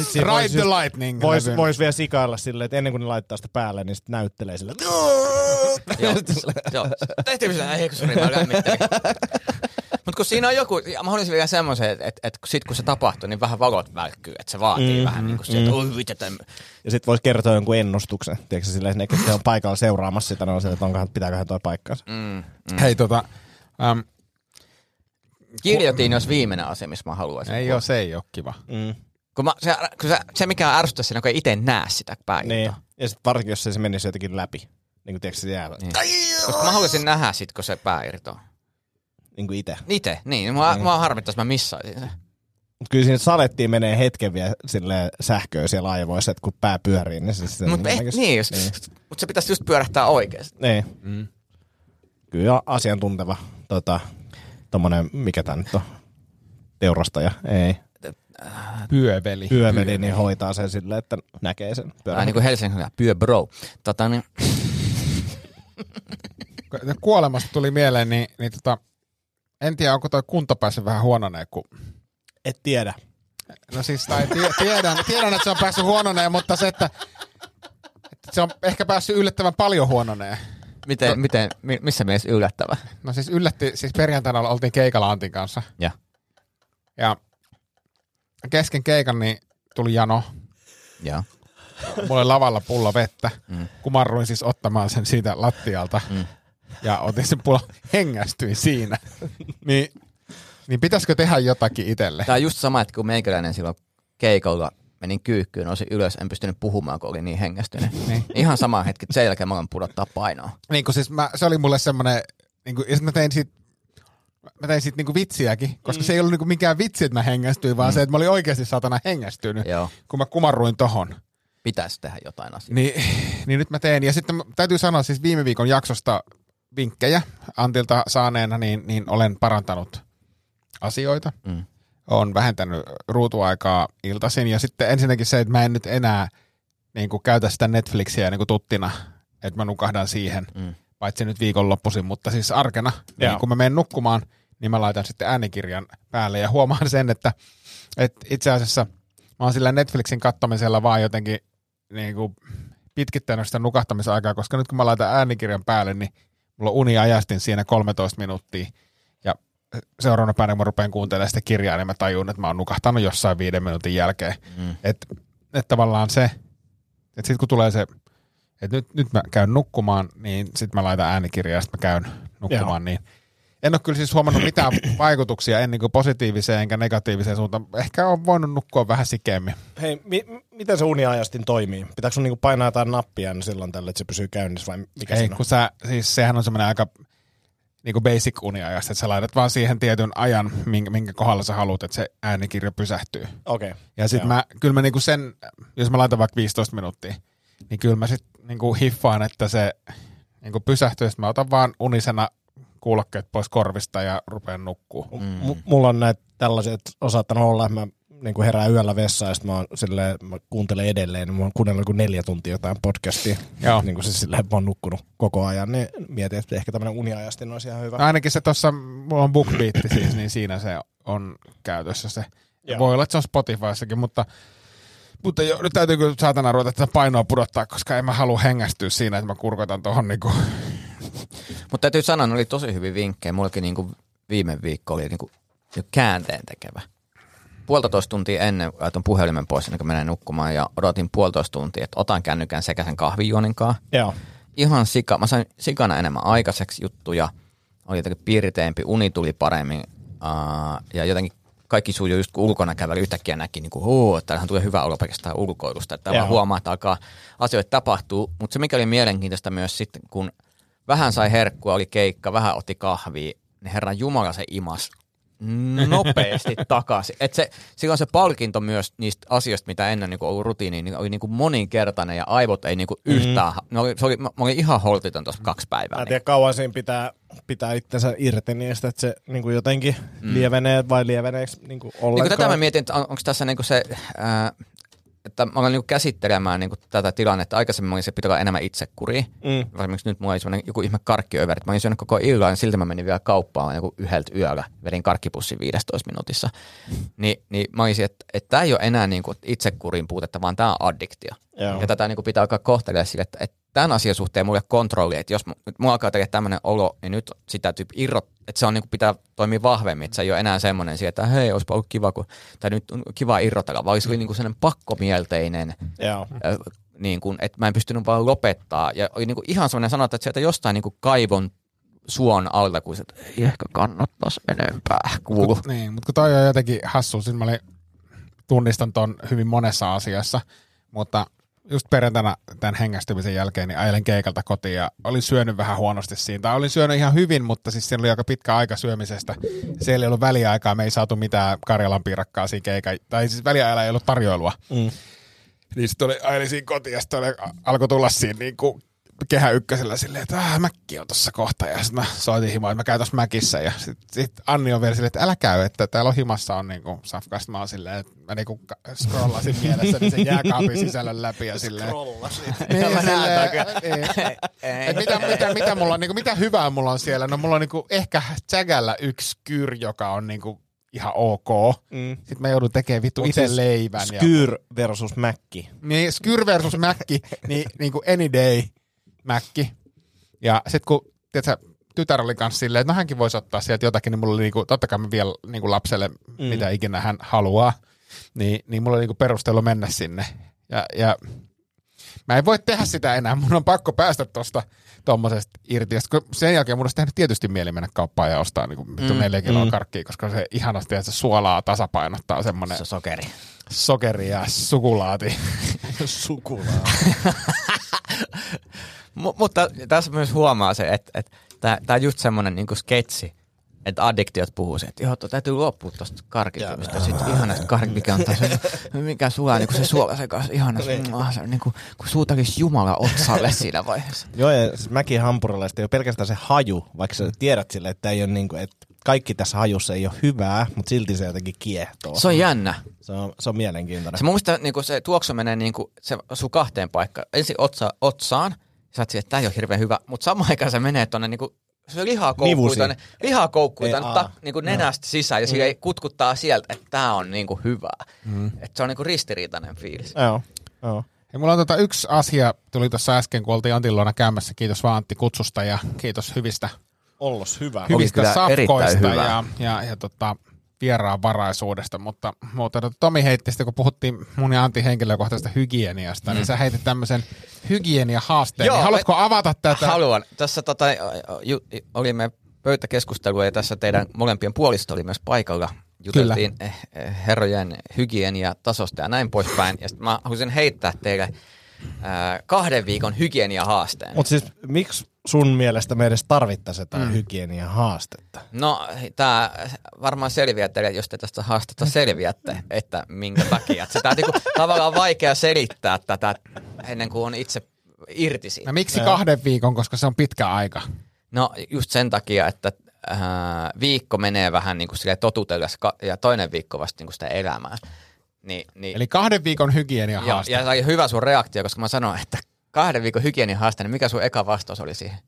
Speaker 7: siinä
Speaker 8: Ride
Speaker 7: voi
Speaker 8: the
Speaker 7: siis-
Speaker 8: lightning.
Speaker 7: Vois,
Speaker 8: levyn.
Speaker 7: vois vielä sikailla silleen, että ennen kuin ne laittaa sitä päälle, niin sitten näyttelee silleen.
Speaker 6: Joo, joo. Tehtiin se, ei kun sori, mä lämmittelin. Mut kun siinä on joku, ja mä haluaisin vielä semmoisen, että et, et kun sit kun se tapahtuu, niin vähän valot välkkyy, että se vaatii mm, vähän niin kuin sieltä, mm. oi vittu, tämän...
Speaker 7: Ja sitten voisi kertoa jonkun ennustuksen. Tiedätkö silleen, ne, ketkä on paikalla seuraamassa sitä, ne on silleen, että onkohan, pitääköhän toi paikkaansa.
Speaker 6: Mm.
Speaker 8: Hei tota, äm,
Speaker 6: Kirjoitin olisi viimeinen asia, missä mä haluaisin.
Speaker 8: ei oo, se ei ole kiva.
Speaker 7: Mm.
Speaker 6: Kun mä, se, kun se, se, mikä on ärsyttävä siinä, kun ei itse näe sitä päivittää.
Speaker 7: Niin. Ja sitten varsinkin, jos se se menisi jotenkin läpi. Niin kuin tiedätkö, se jää niin.
Speaker 6: Koska mä haluaisin nähdä sit, kun se pää irtoaa.
Speaker 7: niin kuin itse.
Speaker 6: Ite, niin. Mua, mm. mua harmittaa, jos mä missaisin sen.
Speaker 7: Mutta kyllä siinä salettiin menee hetken vielä sille sähköä siellä aivoissa, että kun pää pyörii, niin se sitten...
Speaker 6: Mutta eh, niin, jos, niin. mut se pitäisi just pyörähtää oikeesti.
Speaker 7: Niin. Mm. Kyllä asiantunteva, tota, tommonen, mikä tää nyt on, teurastaja, ei,
Speaker 8: Pyöveli.
Speaker 7: pyöveli, niin hoitaa sen silleen, että näkee sen
Speaker 6: Tai
Speaker 7: pyörän.
Speaker 6: niin kuin Helsingin pyö bro. Tota, niin,
Speaker 8: Ku- no, Kuolemasta tuli mieleen, niin, niin tota, en tiedä, onko toi kunto päässyt vähän huononeen, kun
Speaker 7: Et tiedä.
Speaker 8: No siis, tai tie, tiedän, tiedän, että se on päässyt huononeen, mutta se, että, että se on ehkä päässyt yllättävän paljon huononeen.
Speaker 6: miten, miten, mi- missä mielessä yllättävä?
Speaker 8: No siis yllätti, siis perjantaina oltiin keikalla Antin kanssa.
Speaker 6: Ja.
Speaker 8: Ja kesken keikan niin tuli jano.
Speaker 6: Joo.
Speaker 8: Mulla oli lavalla pullo vettä. Mm. Kumarruin siis ottamaan sen siitä lattialta. Mm. Ja otin sen pullo, hengästyin siinä. niin, niin pitäisikö tehdä jotakin itselle?
Speaker 6: Tämä on just sama, että kun meikäläinen silloin keikolla menin kyykkyyn, nousin ylös, en pystynyt puhumaan, kun olin niin hengästynyt. niin. Ihan sama hetki, että sen jälkeen mä aloin pudottaa painoa.
Speaker 8: Niin kuin siis mä, se oli mulle semmoinen, niin kuin, ja sit mä tein siitä, mä tein siitä niin kuin vitsiäkin, koska mm. se ei ollut niin kuin mikään vitsi, että mä hengästyin, vaan mm. se, että mä olin oikeasti satana hengästynyt,
Speaker 6: Joo.
Speaker 8: kun mä kumarruin tohon.
Speaker 6: Pitäisi tehdä jotain asiaa.
Speaker 8: Niin, niin nyt mä teen. Ja sitten mä- täytyy sanoa siis viime viikon jaksosta vinkkejä Antilta saaneena, niin, niin olen parantanut asioita.
Speaker 6: Mm.
Speaker 8: Olen vähentänyt ruutuaikaa iltaisin. Ja sitten ensinnäkin se, että mä en nyt enää niin kuin käytä sitä Netflixiä niin kuin tuttina, että mä nukahdan siihen.
Speaker 6: Mm.
Speaker 8: Mm. Paitsi nyt viikonloppuisin, mutta siis arkena. Niin
Speaker 7: Joo.
Speaker 8: kun mä menen nukkumaan, niin mä laitan sitten äänikirjan päälle ja huomaan sen, että, että itse asiassa mä oon sillä Netflixin kattomisella vaan jotenkin niin kuin pitkittänyt sitä nukahtamisaikaa, koska nyt kun mä laitan äänikirjan päälle, niin mulla on uniajastin siinä 13 minuuttia. Ja seuraavana päivänä, kun mä rupean kuuntelemaan sitä kirjaa, niin mä tajun, että mä oon nukahtanut jossain viiden minuutin jälkeen.
Speaker 6: Mm.
Speaker 8: Mm. Että et tavallaan se, että sitten kun tulee se, että nyt, nyt mä käyn nukkumaan, niin sitten mä laitan äänikirjaa ja sitten mä käyn nukkumaan. Niin. En ole kyllä siis huomannut mitään vaikutuksia ennen kuin positiiviseen enkä negatiiviseen suuntaan. Ehkä on voinut nukkua vähän sikemmin.
Speaker 7: Hei, mi- mi- miten se uniajastin toimii? Pitääkö sun niinku painaa jotain nappia aina silloin tällä, että se pysyy käynnissä vai mikä
Speaker 8: Ei,
Speaker 7: siinä
Speaker 8: kun
Speaker 7: on?
Speaker 8: sä, siis sehän on semmoinen aika niin kuin basic uniajasta, että sä laitat vaan siihen tietyn ajan, minkä, minkä kohdalla sä haluat, että se äänikirja pysähtyy.
Speaker 7: Okei. Okay.
Speaker 8: Ja sitten mä, kyllä mä niinku sen, jos mä laitan vaikka 15 minuuttia, niin kyllä mä sitten niinku hiffaan, että se niinku pysähtyy, sitten mä otan vaan unisena kuulokkeet pois korvista ja rupean nukkuu.
Speaker 7: M- mulla on näitä tällaisia, että on saattanut olla, että mä niin kuin herään yöllä vessaan ja sit mä, oon silleen, mä kuuntelen edelleen, niin mä oon kuunnellut joku neljä tuntia jotain podcastia.
Speaker 8: Joo.
Speaker 7: Niin kuin siis silleen, että mä oon nukkunut koko ajan, niin mietin, että ehkä tämmöinen uniajastin olisi ihan hyvä.
Speaker 8: No ainakin se tuossa, mulla on BookBeat siis, niin siinä se on käytössä se.
Speaker 7: Joo.
Speaker 8: Joo. Voi olla, että se on Spotifyssakin, mutta, mutta jo, nyt täytyy kyllä saatana ruveta tätä painoa pudottaa, koska en mä halua hengästyä siinä, että mä kurkotan tuohon niinku.
Speaker 6: Mutta täytyy sanoa, ne oli tosi hyviä vinkkejä. Mullakin niinku viime viikko oli niinku jo käänteen tekevä. Puolitoista tuntia ennen laitoin puhelimen pois, ennen kuin menen nukkumaan, ja odotin puolitoista tuntia, että otan kännykän sekä sen kahvijuonin kanssa.
Speaker 7: Joo.
Speaker 6: Ihan sika, mä sain sikana enemmän aikaiseksi juttuja, oli jotenkin piirteempi, uni tuli paremmin, aa, ja jotenkin kaikki sujuu just kun ulkona käveli, yhtäkkiä näki, niin kuin, huu, että täällähän tulee hyvä olo pelkästään ulkoilusta, että vaan
Speaker 7: Joo.
Speaker 6: huomaa, että alkaa asioita tapahtuu, mutta se mikä oli mielenkiintoista myös sitten, kun vähän sai herkkua, oli keikka, vähän otti kahvia, niin herran jumala se imas nopeasti takaisin. Et se, silloin se palkinto myös niistä asioista, mitä ennen niin ollut rutiiniin, niin oli niin kuin moninkertainen ja aivot ei niin kuin yhtään. Mm. Oli, se oli, mä, mä olin ihan holtiton tuossa kaksi
Speaker 7: Mhm. Mä
Speaker 6: päivää.
Speaker 7: en
Speaker 6: Niin.
Speaker 7: tiedä, kauan siinä pitää, pitää itsensä irti niistä, että se niin kuin jotenkin mm. lievenee vai lieveneekö niin kuin
Speaker 6: Niin
Speaker 7: ollenkaan.
Speaker 6: tätä mä mietin, että on, onko tässä niin kuin se, ää, että mä olen niin kuin käsittelemään niin kuin tätä tilannetta. Aikaisemmin mä olin se pitää olla enemmän itsekuria.
Speaker 7: Mm.
Speaker 6: Varmiksi nyt mulla oli semmoinen joku ihme karkkiöveri. että Mä olin syönyt koko illan ja silti mä menin vielä kauppaan joku yhdeltä yöllä. Vedin karkkipussin 15 minuutissa. Ni, niin mä olisin, että, että tämä ei ole enää niin kuin itsekurin puutetta, vaan tämä on addiktio.
Speaker 7: Joo.
Speaker 6: Ja tätä niin kuin pitää alkaa kohtelemaan sille, että, että tämän asian suhteen mulle kontrolli, että jos mu- nyt mulla alkaa tehdä tämmöinen olo, niin nyt sitä täytyy irrot, että se on niin kuin pitää toimia vahvemmin, että se ei ole enää semmoinen siihen, että hei, olisipa ollut kiva, kun, tai nyt on kiva irrotella, vaan se oli niin kuin sellainen pakkomielteinen,
Speaker 7: Joo.
Speaker 6: äh, niin kuin, että mä en pystynyt vaan lopettaa. Ja oli niin kuin ihan semmoinen sanota, että sieltä jostain niin kuin kaivon suon alta, kun se, että ei ehkä kannattaisi enempää kuulu.
Speaker 8: Mut, niin, mutta kun toi on jotenkin hassu, siis mä olin, tunnistan ton hyvin monessa asiassa, mutta just perjantaina tämän hengästymisen jälkeen niin ajelin keikalta kotiin ja olin syönyt vähän huonosti siinä. Tai olin syönyt ihan hyvin, mutta siis siinä oli aika pitkä aika syömisestä. Siellä ei ollut väliaikaa, me ei saatu mitään Karjalan piirakkaa siinä keikan, tai siis väliajalla ei ollut tarjoilua.
Speaker 7: Mm.
Speaker 8: Niin sitten oli, ajelin siinä kotiin ja sitten oli- alkoi tulla siinä niin kuin kehä ykkösellä silleen, että ah, mäkki on tuossa kohta. Ja sitten mä soitin himaa, että mä käyn tuossa mäkissä. Ja sitten sit Anni on vielä silleen, että älä käy, että täällä on himassa on niin kuin safka. Sitten mä oon silleen, että mä niin kuin scrollasin mielessä niin sen jääkaapin sisällön läpi ja silleen. Niin,
Speaker 6: Mä näen
Speaker 8: silleen,
Speaker 6: takaa.
Speaker 8: niin. Et mitä, mitä, mitä, mulla on, niin kuin, mitä hyvää mulla on siellä? No mulla on niin kuin, ehkä tsägällä yksi kyr, joka on niin kuin, ihan ok.
Speaker 7: Mm.
Speaker 8: Sitten mä joudun tekemään vittu
Speaker 7: Mut
Speaker 8: itse
Speaker 7: siis
Speaker 8: leivän. ja-
Speaker 7: Skyr versus Mäkki.
Speaker 8: niin, Skyr versus Mäkki, niin, niin kuin any day Mäkki. Ja sitten kun tiedätkö, tytär oli kanssa silleen, että no hänkin voisi ottaa sieltä jotakin, niin mulla oli niinku, totta kai mä vielä niinku lapselle, mm. mitä ikinä hän haluaa, niin, niin mulla oli niinku perustelu mennä sinne. Ja, ja mä en voi tehdä sitä enää, mun on pakko päästä tuosta tuommoisesta irti. Ja sit kun sen jälkeen mun olisi tehnyt tietysti mieli mennä kauppaan ja ostaa niinku mm. neljä kiloa mm. karkkia, koska se ihanasti, että se suolaa tasapainottaa semmoinen
Speaker 6: Se on sokeri.
Speaker 8: sokeri ja sukulaati.
Speaker 7: Sukulaa.
Speaker 6: M- mutta tässä myös huomaa se, että, että tämä on just semmoinen niinku sketsi, että addiktiot puhuu se, että joo, tuo täytyy luopua tuosta karkitymistä. Sitten ihanasta karkit, mikä on taas, mikä sulaa niinku se suola se kanssa ihanas. Mua, se on niinku, kun suutalis Jumala otsalle siinä vaiheessa.
Speaker 7: Joo, ja siis mäkin hampurilaista ei ole pelkästään se haju, vaikka
Speaker 6: Mm.
Speaker 7: sä tiedät sille, että, ei ole niin kuin, että kaikki tässä hajussa ei ole hyvää, mutta silti se jotenkin kiehtoo.
Speaker 6: Se on jännä.
Speaker 7: se on, se on mielenkiintoinen.
Speaker 6: Se mun mielestä niinku se tuoksu menee, niinku, se osuu kahteen paikkaan. Ensin otsa, otsaan, sä oot sille, että tää ei ole hirveän hyvä, mutta samaan aikaan se menee tonne niinku, se lihaa koukkuu
Speaker 7: Nivusiin.
Speaker 6: tänne, lihaa koukkuu
Speaker 7: Ei,
Speaker 6: tänne
Speaker 7: aa. Mm.
Speaker 6: ta, niinku nenästä sisään ja sille kutkuttaa sieltä, että tää on niinku hyvää. Mm. Että se on niinku ristiriitainen fiilis.
Speaker 7: Joo, joo.
Speaker 8: Ja mulla on tota yksi asia, tuli tuossa äsken, kun oltiin Antin luona käymässä. Kiitos vaan Antti kutsusta ja kiitos hyvistä,
Speaker 7: Ollos hyvä.
Speaker 8: hyvistä
Speaker 6: kyllä erittäin
Speaker 8: safkoista
Speaker 6: hyvä.
Speaker 8: ja, ja, ja tota, vieraanvaraisuudesta, mutta muuta. tota, Tomi heitti sitten, kun puhuttiin mun ja Antin henkilökohtaisesta hygieniasta, mm. niin sä heitit tämmöisen hygieniahaasteen.
Speaker 6: Joo,
Speaker 8: Joo, niin haluatko avata tätä?
Speaker 6: Haluan. Tässä tota, ju, olimme pöytäkeskustelu ja tässä teidän molempien puolisto oli myös paikalla. Juteltiin eh, eh, herrojen hygienia tasosta ja näin poispäin. Ja sitten mä haluaisin heittää teille ää, kahden viikon hygieniahaasteen.
Speaker 7: Mutta siis miksi sun mielestä me edes tarvittaisiin jotain mm. hygienian haastetta?
Speaker 6: No, tämä varmaan selviää teille, jos te tästä haastetta selviätte, että minkä takia. Se on niinku, tavallaan vaikea selittää tätä ennen kuin on itse irti siitä.
Speaker 8: No miksi kahden viikon, koska se on pitkä aika?
Speaker 6: No just sen takia, että äh, viikko menee vähän niin kuin sille totutella ja toinen viikko vasta niin kuin sitä elämää. Niin, niin,
Speaker 8: Eli kahden viikon hygienia
Speaker 6: ja,
Speaker 8: haaste.
Speaker 6: ja se oli hyvä sun reaktio, koska mä sanoin, että kahden viikon hygienian haaste, niin mikä sun eka vastaus oli siihen?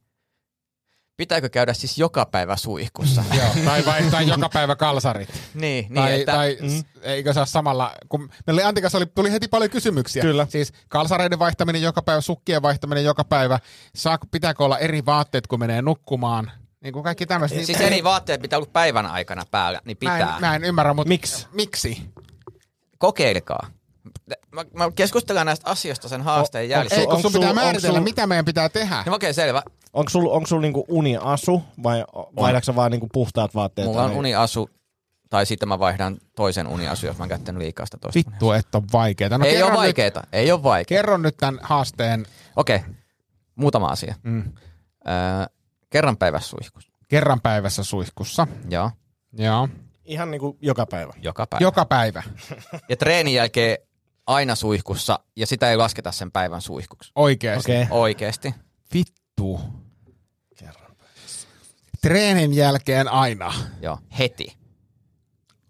Speaker 6: Pitääkö käydä siis joka päivä suihkussa?
Speaker 8: Joo, tai vaihtaa joka päivä kalsarit.
Speaker 6: niin, niin,
Speaker 8: tai,
Speaker 6: että,
Speaker 8: tai mm. eikö saa samalla, kun meillä oli Antikassa oli, tuli heti paljon kysymyksiä.
Speaker 7: Kyllä.
Speaker 8: Siis kalsareiden vaihtaminen joka päivä, sukkien vaihtaminen joka päivä, saa, pitääkö olla eri vaatteet, kun menee nukkumaan, niin kuin kaikki tämmöiset.
Speaker 6: siis eri vaatteet pitää olla päivän aikana päällä, niin pitää.
Speaker 8: Mä en, mä en ymmärrä, mutta
Speaker 7: Miksi?
Speaker 8: miksi?
Speaker 6: Kokeilkaa. Mä, mä keskustellaan näistä asioista sen haasteen
Speaker 7: Su-
Speaker 6: jälkeen.
Speaker 8: Ei, kun
Speaker 7: onks
Speaker 8: sun pitää
Speaker 7: sulla-
Speaker 8: määritellä,
Speaker 7: onks sulla-
Speaker 8: mitä meidän pitää tehdä.
Speaker 6: No okei, selvä.
Speaker 7: Onko sulla onko sul niinku uniasu vai vaihdatko vaan niinku puhtaat vaatteet?
Speaker 6: Mulla on
Speaker 7: Vai-
Speaker 6: uniasu, tai sitten mä vaihdan toisen uniasu, jos mä oon käyttänyt liikaa sitä toista.
Speaker 8: Vittu, että on vaikeeta. No
Speaker 6: ei
Speaker 8: kerro
Speaker 6: ole
Speaker 8: nyt-
Speaker 6: vaikeeta, ei ole vaikeeta.
Speaker 8: Kerro nyt tämän haasteen
Speaker 6: Okei, muutama asia. Mm. Öö, kerran päivässä suihkus.
Speaker 8: kerran päivässä suihkussa.
Speaker 6: Joo,
Speaker 8: Joo.
Speaker 7: Ihan niinku joka päivä.
Speaker 6: joka päivä.
Speaker 8: Joka päivä.
Speaker 6: Ja treenin jälkeen aina suihkussa, ja sitä ei lasketa sen päivän suihkuksi.
Speaker 8: Oikeesti.
Speaker 7: Okei.
Speaker 6: Oikeesti.
Speaker 8: Vittu. Treenin jälkeen aina.
Speaker 6: Joo, heti.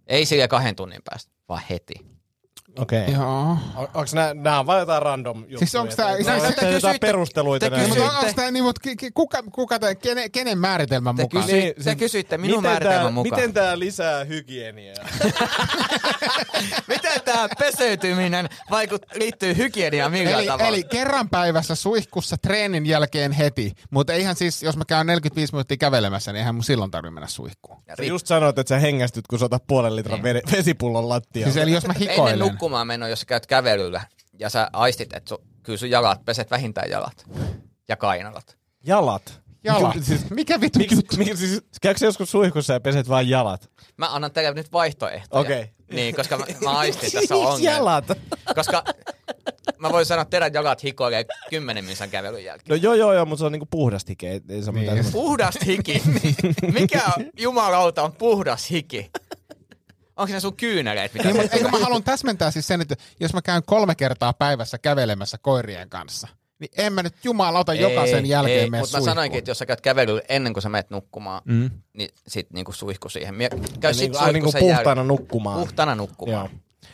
Speaker 6: Ei sillä kahden tunnin päästä, vaan heti.
Speaker 7: Okei.
Speaker 8: Joo.
Speaker 7: On, onks nää, nää on vaan jotain random juttuja?
Speaker 8: Siis onks tää-
Speaker 7: Nää
Speaker 8: siis te
Speaker 7: No, jotain
Speaker 6: kysyitte-
Speaker 7: perusteluita?
Speaker 6: te
Speaker 7: näin?
Speaker 8: Mutta
Speaker 6: kysyitte-
Speaker 8: on, onko tämä niin, mutta kuka, kuka tämä, kenen, kenen määritelmän
Speaker 6: Te
Speaker 8: mukaan?
Speaker 6: kysy- Te kysyitte minun
Speaker 7: miten
Speaker 6: määritelmän
Speaker 7: tää-
Speaker 6: mukaan.
Speaker 7: Miten tämä lisää hygieniaa?
Speaker 6: Miten tämä peseytyminen vaikut, liittyy hygieniaan millään
Speaker 8: Eli,
Speaker 6: tavalla?
Speaker 8: eli kerran päivässä suihkussa treenin jälkeen heti, mutta eihän siis, jos mä käyn 45 minuuttia kävelemässä, niin eihän mun silloin tarvitse mennä suihkuun.
Speaker 7: Sä just sanoit, että sä hengästyt, kun sä otat puolen
Speaker 6: Niin.
Speaker 7: litran vede- vesipullon lattialle.
Speaker 8: Siis eli jos mä
Speaker 6: Ennen
Speaker 8: hikoilen,
Speaker 6: nukkumaan menoa, jos sä käyt kävelyllä ja sä aistit, että sun, kyllä sun jalat, peset vähintään jalat ja kainalat.
Speaker 7: Jalat.
Speaker 8: jalat.
Speaker 7: Mikä-
Speaker 8: Siis, mikä vittu?
Speaker 7: Miksi, miksi, siis, käykö sä joskus suihkussa ja peset vain jalat?
Speaker 6: Mä annan teille nyt vaihtoehtoja.
Speaker 7: Okei.
Speaker 6: Niin, koska mä, mä aistin
Speaker 8: Siis
Speaker 6: tässä on
Speaker 7: Miksi
Speaker 6: ongelma.
Speaker 7: jalat?
Speaker 6: Koska mä voin sanoa, että teidän jalat hikoilee kymmenen minsan kävelyn jälkeen.
Speaker 7: No joo, joo, joo, mutta se on niinku puhdas hike. Ei, ei se
Speaker 8: Niin.
Speaker 7: mitään semmoista.
Speaker 6: Puhdas hiki. Mikä on- jumalauta on puhdas hiki? Onko ne sun kyyneleet, mitä
Speaker 8: Niin,
Speaker 6: sä-
Speaker 8: mutta eikö mä haluan täsmentää siis sen, että jos mä käyn kolme kertaa päivässä kävelemässä koirien kanssa, niin en mä nyt jumalauta jokaisen jälkeen mene
Speaker 6: Mutta mä
Speaker 8: suihkuun.
Speaker 6: sanoinkin, että jos sä käyt kävelyllä ennen kuin sä menet nukkumaan, mm. niin sit niinku suihku siihen. Mie- Käy sit
Speaker 7: Niinku,
Speaker 6: suihku
Speaker 7: ai, niinku
Speaker 6: sen
Speaker 7: puhtaana
Speaker 6: jälkeen.
Speaker 7: nukkumaan.
Speaker 6: Puhtaana nukkumaan.
Speaker 7: Joo.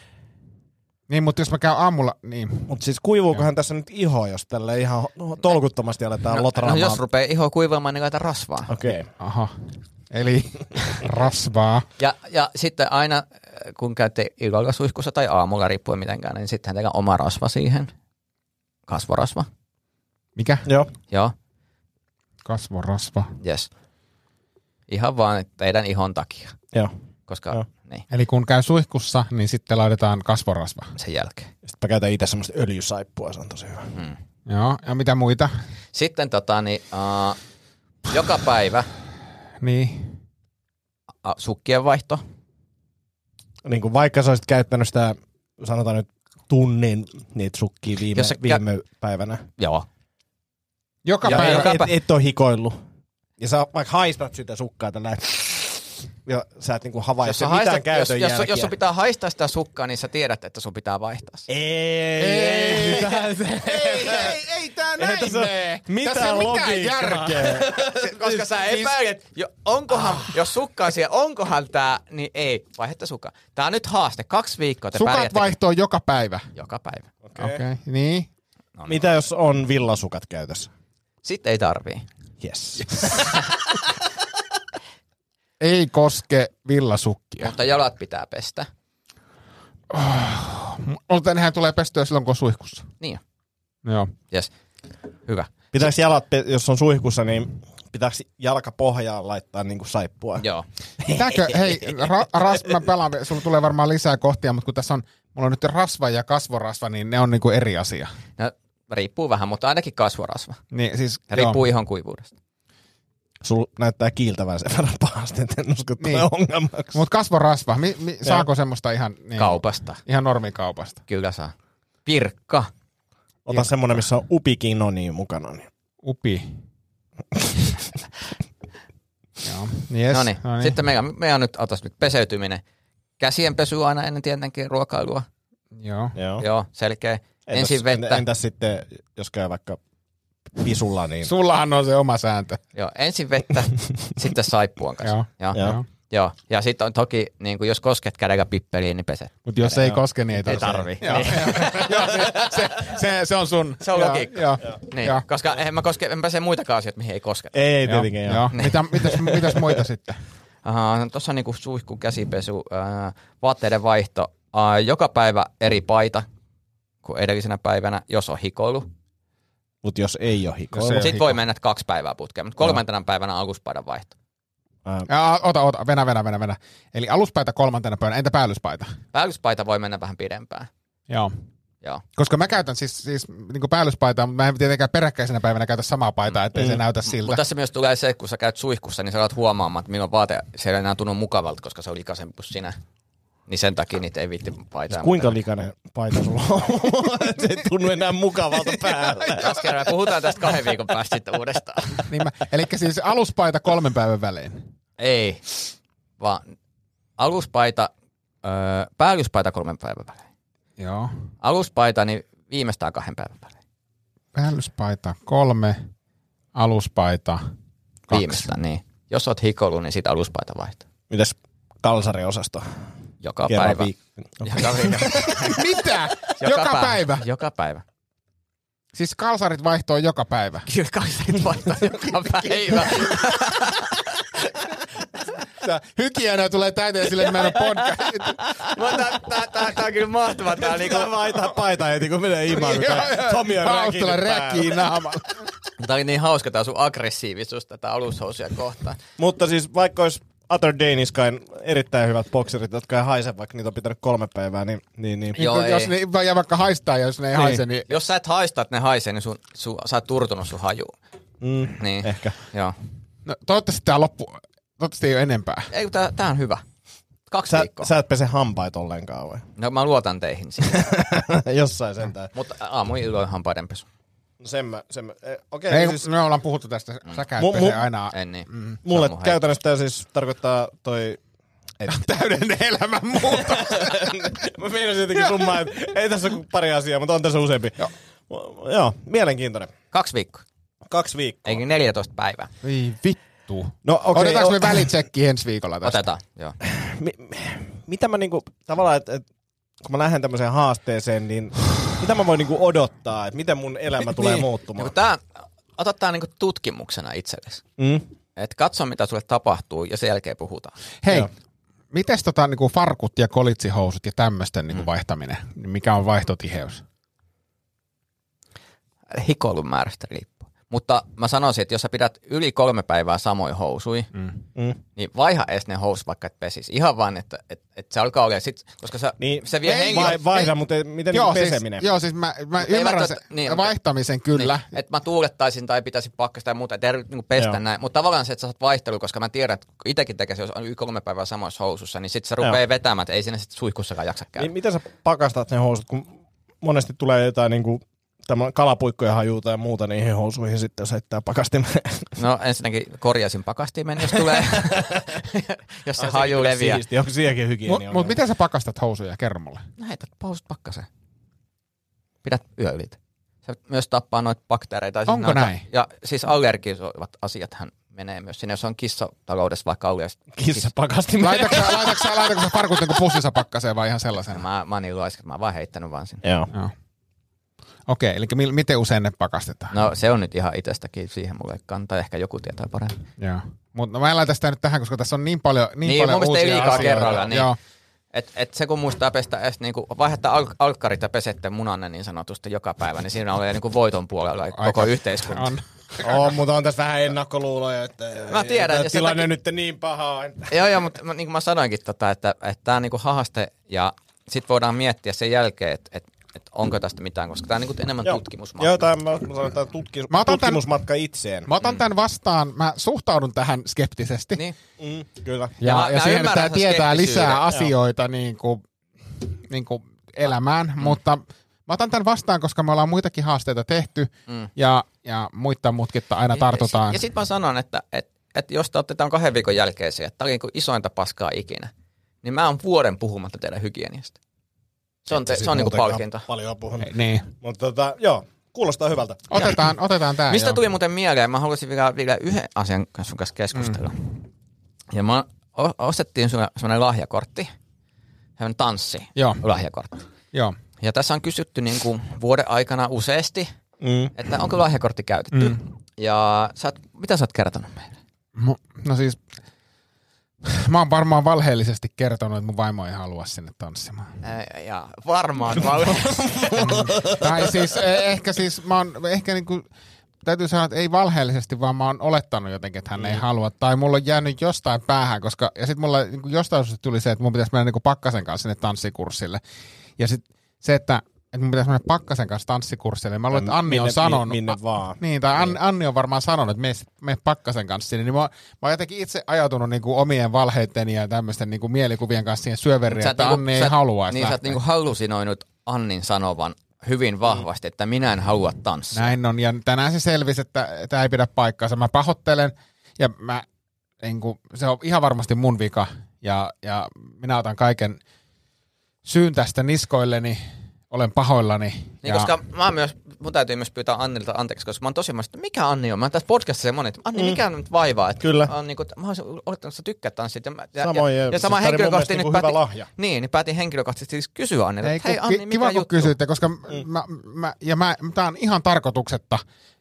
Speaker 8: Niin, mutta jos mä käyn aamulla, niin.
Speaker 7: Mutta siis kuivuukohan tässä nyt iho, jos tälle ihan no, tolkuttomasti aletaan no,
Speaker 6: No
Speaker 7: lotraamaan?
Speaker 6: jos rupeaa iho kuivaamaan, niin laita rasvaa.
Speaker 7: Okei. Okay.
Speaker 8: Aha. Eli rasvaa.
Speaker 6: Ja, ja sitten aina, äh, kun käytte illalla suihkussa tai aamulla, riippuen mitenkään, niin sittenhän teillä on oma rasva siihen. Kasvorasva.
Speaker 8: Mikä?
Speaker 7: Joo.
Speaker 6: Joo,
Speaker 8: Kasvorasva.
Speaker 6: yes. Ihan vaan teidän ihon takia,
Speaker 7: Joo.
Speaker 6: koska
Speaker 7: Joo.
Speaker 6: niin,
Speaker 8: Eli kun käy suihkussa, niin sitten laitetaan kasvorasva.
Speaker 6: sen jälkeen.
Speaker 7: Sitten mä käytän itse semmoista öljysaippua, se on tosi hyvä.
Speaker 8: Joo, ja mitä muita?
Speaker 6: Sitten tota, niin, äh, joka päivä
Speaker 8: Niin.
Speaker 6: äh, sukkien vaihto.
Speaker 7: Niin kuin vaikka sä olisit käyttänyt sitä, sanotaan nyt tunnin niitä sukkia viime,
Speaker 6: Jos sä kä-
Speaker 7: viime päivänä.
Speaker 6: Joo.
Speaker 8: Joka
Speaker 6: Ja-
Speaker 8: ja päivä.
Speaker 6: joka-
Speaker 7: Et, et ole hikoillut. Ja sä vaikka haistat sitä sukkaa tällä ja sä et niinku
Speaker 6: jos,
Speaker 7: havaitse
Speaker 6: sä
Speaker 7: mitään
Speaker 6: haistat,
Speaker 7: käytön
Speaker 6: jos, jos, sun-
Speaker 7: jälkiä.
Speaker 6: jos sun pitää haistaa sitä sukkaa, niin sä tiedät, että sun pitää vaihtaa se.
Speaker 7: Ei, ei,
Speaker 8: Ei, ei, ei tää näin
Speaker 7: tässä ole
Speaker 8: mene.
Speaker 7: mitään
Speaker 8: Tässä ei ole mitään
Speaker 7: logiikkaa.
Speaker 8: järkeä.
Speaker 6: Koska sä epäilet, jo, onkohan, jos sukkaa siellä, onkohan tää, niin ei, vaihdatte sukkaa. Tää on nyt haaste, kaksi viikkoa te
Speaker 8: Sukat
Speaker 6: pärjäätte
Speaker 8: vaihtoo joka päivä.
Speaker 6: joka päivä.
Speaker 8: Okei, okay. niin.
Speaker 7: Mitä jos on villasukat käytössä?
Speaker 6: Sitten ei tarvii.
Speaker 7: Yes.
Speaker 8: Ei koske villasukkia.
Speaker 6: Mutta jalat pitää pestä.
Speaker 8: Mutta nehän tulee pestyä silloin, kun on suihkussa.
Speaker 6: Niin,
Speaker 8: Joo.
Speaker 6: yes. Hyvä.
Speaker 7: Pitääkö jalat, pe- jos on suihkussa, niin pitääkö jalkapohjaan laittaa niinku saippua?
Speaker 6: Joo.
Speaker 8: Pitääkö, hei, ra, ras, mä pelaan, sulla tulee varmaan lisää kohtia, mutta kun tässä on, mulla on nyt rasva ja kasvorasva, niin ne on niinku eri asia.
Speaker 6: No, riippuu vähän, mutta ainakin kasvorasva.
Speaker 8: Niin siis,
Speaker 6: Ja riippuu ihon kuivuudesta.
Speaker 7: Sul näyttää kiiltävän sen verran pahasti, että en usko niin.
Speaker 8: Niin.
Speaker 7: ongelmaksi.
Speaker 8: Mutta kasvorasva, mi, mi, saako semmoista ihan, niin,
Speaker 6: Kaupasta.
Speaker 8: ihan normikaupasta?
Speaker 6: Kyllä saa. Pirkka.
Speaker 7: Ota semmonen, missä on upikin noniin mukana. Niin.
Speaker 8: Upi. Joo, yes.
Speaker 6: No niin. Sitten meillä, meillä on nyt, otas nyt peseytyminen. Käsien pesu aina ennen tietenkin ruokailua.
Speaker 8: Joo.
Speaker 7: Joo.
Speaker 6: Joo, selkeä.
Speaker 7: Oh. Entäs,
Speaker 6: Ensin vettä.
Speaker 7: Entäs sitten, jos käy vaikka pisulla, niin...
Speaker 8: Sullahan on se oma sääntö.
Speaker 6: Joo, ensin vettä, sitten saippuan kanssa.
Speaker 8: Joo.
Speaker 6: Joo.
Speaker 7: Joo.
Speaker 6: Joo. Joo. Ja sitten on toki, niin kuin jos kosket kädellä pippeliin, niin peset.
Speaker 8: Mutta jos ei koske, niin ei
Speaker 6: Ei
Speaker 8: tarvitse.
Speaker 6: tarvi.
Speaker 8: Joo.
Speaker 6: Niin.
Speaker 8: Joo, se, se, se, se, on sun.
Speaker 6: Se on
Speaker 8: Joo,
Speaker 6: logiikka.
Speaker 8: Joo.
Speaker 6: Niin,
Speaker 8: Joo.
Speaker 6: koska en mä koske, en pääse muitakaan asioita, mihin ei kosketa.
Speaker 7: Ei, ei tietenkin. Joo.
Speaker 8: Joo. Mitä, mitäs, mitäs muita sitten?
Speaker 6: Aha, no tuossa on niinku suihku, käsipesu, ää, vaatteiden vaihto, ää, joka päivä eri paita kuin edellisenä päivänä, jos on hikoilu.
Speaker 7: Mutta jos ei ole
Speaker 8: Jos
Speaker 7: hikoilu.
Speaker 8: ei-
Speaker 6: Sitten
Speaker 8: hiko.
Speaker 6: voi mennä että kaksi päivää putkeen, mutta kolmantena päivänä on aluspaidan vaihto.
Speaker 7: Ää,
Speaker 8: Ja, ota, ota, venä, venä, venä, venä. Eli aluspaita kolmantena päivänä, entä päällyspaita?
Speaker 6: Päällyspaita voi mennä vähän pidempään.
Speaker 8: Joo.
Speaker 6: Joo.
Speaker 8: Koska mä käytän siis, siis niin päällyspaita, mutta mä en tietenkään peräkkäisenä päivänä käytä samaa paitaa, ettei se näytä siltä.
Speaker 6: Mutta tässä myös tulee se, kun sä käyt suihkussa, niin sä alat huomaamaan, että milloin vaate se ei enää tunnu mukavalta, koska se on likaisempi kuin sinä. Niin sen takia niitä ei viitti paitaa.
Speaker 7: Kuinka likainen paita sulla on? se ei tunnu enää mukavalta päällä.
Speaker 6: Ensi kerran Tota, puhutaan tästä kahden viikon päästä sitten uudestaan.
Speaker 8: Niin mä, eli siis aluspaita kolmen päivän välein.
Speaker 6: Ei, vaan aluspaita, öö, päällyspaita kolmen päivän välein.
Speaker 8: Joo.
Speaker 6: Aluspaita niin viimeistään kahden päivän välein.
Speaker 8: Päällyspaita kolme, aluspaita kaksi.
Speaker 6: Viimeistään, niin. Jos oot hikoilu, niin sit aluspaita vaihtaa.
Speaker 7: Mitäs kalsariosasto?
Speaker 6: Joka
Speaker 7: Kerran
Speaker 6: päivä.
Speaker 7: viik-
Speaker 6: Joka, viikko.
Speaker 8: Mitä? joka,
Speaker 6: pä-
Speaker 8: päivä.
Speaker 6: Joka päivä.
Speaker 8: Siis kalsarit vaihtoo joka päivä.
Speaker 6: Kyllä kalsarit vaihtaa joka päivä.
Speaker 8: Tää Hykiönä tulee täyteen sille meidän podcastit.
Speaker 6: Tämä on kyllä mahtavaa. Tää on niinku,
Speaker 7: Pitää vaihtaa paita heti, kun menee imaan. kun tää Tomi on
Speaker 8: Haustalla
Speaker 7: räkinyt päällä.
Speaker 8: räkii naamalla.
Speaker 6: Tämä oli niin hauska tämä sun aggressiivisuus tätä alushousuja kohtaan.
Speaker 7: Mutta siis vaikka olisi Other Danish Guyn erittäin hyvät bokserit, jotka ei haise, vaikka niitä on pitänyt kolme päivää, niin... niin, niin.
Speaker 6: Joo,
Speaker 8: Kun jos
Speaker 6: ei.
Speaker 8: ne, ja vaikka haistaa, ja jos ne ei niin. haise, niin
Speaker 6: Jos sä et haista, että ne haisee, niin sun, sun, sä oot turtunut sun hajuun.
Speaker 7: Mm,
Speaker 6: Niin.
Speaker 7: ehkä.
Speaker 6: Joo.
Speaker 8: no, toivottavasti tämä loppu, toivottavasti ei ole enempää.
Speaker 6: Ei, tää, tää on hyvä. Kaksi
Speaker 7: Sä,
Speaker 6: viikkoa.
Speaker 7: sä et pese hampaita ollenkaan vai?
Speaker 6: No mä luotan teihin siinä.
Speaker 7: Jossain sentään.
Speaker 6: Mutta aamu illoin hampaidenpesu.
Speaker 7: No sen mä, sen mä. eh, Okei,
Speaker 8: Ei,
Speaker 7: okay, siis
Speaker 8: me ollaan puhuttu tästä, sä käyt
Speaker 7: Mu- mu-
Speaker 8: pesee aina
Speaker 6: En niin. Mm.
Speaker 7: mulle käytännössä tämä siis tarkoittaa toi...
Speaker 8: täyden elämän muuta.
Speaker 7: mä meinasin jotenkin summaa, että ei tässä ole kuin pari asiaa, mutta on tässä useampi. Joo, Joo mielenkiintoinen.
Speaker 6: Kaksi viikkoa.
Speaker 7: Kaksi viikkoa.
Speaker 6: Eikä 14 päivää.
Speaker 8: Ei vittu.
Speaker 7: No okei,
Speaker 8: Otetaanko me
Speaker 7: o-
Speaker 8: välitsekki ensi viikolla tästä?
Speaker 6: Otetaan, joo.
Speaker 7: mi- mitä mä niinku, tavallaan, että et, kun mä lähden tämmöiseen haasteeseen, niin mitä mä voin niinku odottaa, että miten mun elämä tulee muuttumaan?
Speaker 6: Niin tää, ota tää niinku tutkimuksena itsellesi.
Speaker 7: Mm.
Speaker 6: Et katso, mitä sulle tapahtuu ja sen jälkeen puhutaan.
Speaker 8: Hei,
Speaker 7: Joo.
Speaker 8: mites tota niinku farkut ja kolitsihousut ja tämmöisten
Speaker 7: Mm.
Speaker 8: niinku vaihtaminen? Niin Mikä on vaihtotiheys?
Speaker 6: hikoilun määrästä riippuu. Mutta mä sanoisin, että jos sä pidät yli kolme päivää samoin housui, mm.
Speaker 7: Mm.
Speaker 6: niin vaiha edes ne housut vaikka et pesis. Ihan vaan, että et, et se alkaa olla sit, koska sä, niin,
Speaker 7: Niin,
Speaker 6: se vie hengen.
Speaker 7: vai, vaihda, mutta ei- miten joo, niinku peseminen?
Speaker 8: Siis, joo, siis mä, mä
Speaker 6: ei
Speaker 8: ymmärrän sen
Speaker 6: välttämättä- niin,
Speaker 8: vaihtamisen kyllä.
Speaker 6: Niin, että mä tuulettaisin tai pitäisin pakkasta ja muuta, että ei niin pestä
Speaker 7: Joo.
Speaker 6: näin. Mutta tavallaan se, että sä saat vaihtelua, koska mä tiedän, että kun itekin tekee se, jos on yli kolme päivää samoissa housussa, niin sit se rupeaa
Speaker 7: Joo.
Speaker 6: vetämään, että ei siinä sit suihkussakaan jaksa käydä.
Speaker 7: Niin, miten sä pakastat ne housut, kun monesti tulee jotain niinku tämän kalapuikkojen haju tai muuta niihin housuihin sitten jos heittää pakastimeen.
Speaker 6: No ensinnäkin korjaisin pakastimen, jos tulee, jos se haju leviää.
Speaker 7: Siisti, onko siihenkin hygienia?
Speaker 8: Mutta mut miten sä pakastat housuja kermolle?
Speaker 6: Näitä pausut pakkaseen. Pidät yöylit. Se myös tappaa noita bakteereita. Siis
Speaker 8: Onko
Speaker 6: noita,
Speaker 8: näin?
Speaker 6: Ja siis allergisoivat asiathan menee myös sinne, jos on kissataloudessa vaikka allergis.
Speaker 7: Kissa pakastimeen.
Speaker 8: Laitatko sä, laitatko sä, laitatko sä farkut niinku pussissa pakkaseen vai ihan sellaisena?
Speaker 6: Mä, mä oon niin laiska, mä oon vaan heittänyt vaan sinne.
Speaker 7: Joo.
Speaker 8: Joo. Okei, eli mi- miten usein ne pakastetaan?
Speaker 6: No se on nyt ihan itsestäkin, siihen mulle ei kantaa, ehkä joku tietää paremmin.
Speaker 8: Joo. Mutta mä en laita sitä nyt tähän, koska tässä on niin paljon, niin
Speaker 6: Niin,
Speaker 8: paljon
Speaker 6: mun mielestä ei
Speaker 8: uusia
Speaker 6: liikaa
Speaker 8: asioita.
Speaker 6: kerralla, niin.
Speaker 8: Joo.
Speaker 6: Et, et se kun muistaa pestä edes, niinku, vaihdattaa al- alkkarit ja pesette munanne niin sanotusti joka päivä, niin siinä on niinku voiton puolella koko yhteiskunta.
Speaker 8: On.
Speaker 7: On, mutta on tässä vähän ennakkoluuloja, että
Speaker 6: Mä tiedän,
Speaker 7: että
Speaker 6: ja sen
Speaker 7: tilanne
Speaker 6: takia-
Speaker 7: nyt niin paha. Että...
Speaker 6: Joo, joo, mutta niinku mä- niin kuin mä sanoinkin, tota, että, että tämä on niin haaste ja sitten voidaan miettiä sen jälkeen, että, että että onko tästä mitään, koska tämä on niin enemmän
Speaker 7: Joo.
Speaker 6: tutkimusmatka.
Speaker 7: Joo, tämä, mä, mä sanon, tämä tutki,
Speaker 8: Mä otan tän-
Speaker 7: tutkimusmatka itseen.
Speaker 8: Mä otan tämän vastaan, mä suhtaudun tähän skeptisesti.
Speaker 6: Niin.
Speaker 7: Mm, kyllä.
Speaker 8: Ja,
Speaker 6: Mä-
Speaker 8: ja,
Speaker 6: mä
Speaker 8: siihen,
Speaker 6: ymmärrän
Speaker 8: että
Speaker 6: sen
Speaker 8: tietää
Speaker 6: skeptisyyden,
Speaker 8: lisää
Speaker 6: joo.
Speaker 8: asioita niin kuin, niin kuin elämään,
Speaker 6: Mm.
Speaker 8: mutta mä otan tämän vastaan, koska me ollaan muitakin haasteita tehty
Speaker 6: Mm.
Speaker 8: ja, ja muita mutkitta aina tartutaan.
Speaker 6: Ja, sit, ja sit mä sanon, että, että, että jos te olette tämän kahden viikon jälkeen siihen, että tämä oli niin isointa paskaa ikinä, niin mä oon vuoden puhumatta teidän hygieniasta. Se on, te, se on niin palkinto.
Speaker 7: Paljon puhunut.
Speaker 8: Niin.
Speaker 7: Mutta tota, joo, kuulostaa hyvältä.
Speaker 8: Otetaan, otetaan tämä.
Speaker 6: Mistä tuli muuten mieleen? Mä haluaisin vielä, vielä yhden asian kanssa sun kanssa keskustella. Mm. Ja mä o- ostettiin sulle semmoinen lahjakortti, semmoinen tanssi
Speaker 8: Joo,
Speaker 6: lahjakortti.
Speaker 8: joo.
Speaker 6: Ja tässä on kysytty niin kuin vuoden aikana useasti,
Speaker 7: Mm.
Speaker 6: että onko lahjakortti käytetty.
Speaker 8: Mm.
Speaker 6: Mm. Ja sä oot, mitä sä oot kertonut meille?
Speaker 8: Mu- No siis, mä oon varmaan valheellisesti kertonut, että mun vaimo ei halua sinne tanssimaan.
Speaker 6: Ää, Ja varmaan valheellisesti.
Speaker 8: tai siis eh, ehkä siis mä oon, ehkä niinku, täytyy sanoa, että ei valheellisesti, vaan mä oon olettanut jotenkin, että hän ei halua. Tai mulla on jäänyt jostain päähän, koska, ja sitten mulla niinku jostain syystä tuli se, että mun pitäisi mennä niinku pakkasen kanssa sinne tanssikurssille. Ja sitten se, että, että mun pitäisi mennä pakkasen kanssa tanssikurssille. Mä luulen, että Anni
Speaker 7: Minne-
Speaker 8: on sanonut.
Speaker 7: mi- Minne vaan.
Speaker 8: Niin, tai Anni, Anni on varmaan sanonut, että mene, mene pakkasen kanssa sinne. Niin mä, mä oon jotenkin itse ajautunut niinku omien valheitteni ja tämmöisten niinku mielikuvien kanssa siihen syöveriin,
Speaker 6: Sä
Speaker 8: että
Speaker 6: oot
Speaker 8: Anni ei
Speaker 6: sä-
Speaker 8: halua. että
Speaker 6: Niin sä oot
Speaker 8: lähtee.
Speaker 6: niinku hallusinoinut Annin sanovan hyvin vahvasti, että minä en halua tanssia.
Speaker 8: Näin on, ja tänään se selvisi, että tämä ei pidä paikkaansa. Mä pahoittelen, ja mä, niin kuin, se on ihan varmasti mun vika, ja, ja minä otan kaiken syyn tästä niskoilleni, olen pahoillani.
Speaker 6: Niin,
Speaker 8: ja,
Speaker 6: koska mä oon myös, mun täytyy myös pyytää Annilta anteeksi, koska mä oon tosi mahdollista, että mikä Anni on? Mä oon tässä podcastissa semmonen, että Anni, mikä on nyt vaivaa? Että
Speaker 7: Kyllä.
Speaker 6: On, niin kuin, mä olisin olettanut, että sä tykkäät tanssit. Ja, mä- ja,
Speaker 7: Samoin,
Speaker 6: ja,
Speaker 7: ja
Speaker 6: ja
Speaker 7: siis
Speaker 6: sama
Speaker 7: tää oli mun mielestä
Speaker 6: henkilökohtaisesti. Niin
Speaker 7: niinku
Speaker 6: päätin,
Speaker 7: hyvä lahja.
Speaker 6: Niin, niin päätin henkilökohtaisesti siis kysyä Annille,
Speaker 8: ei,
Speaker 6: että
Speaker 8: kun
Speaker 6: hei Anni,
Speaker 8: ki-
Speaker 6: mikä
Speaker 8: kiva, kun
Speaker 6: juttu?
Speaker 8: kysyitte, koska mm. mä, mä, ja mä, tää on ihan tarkoituksetta.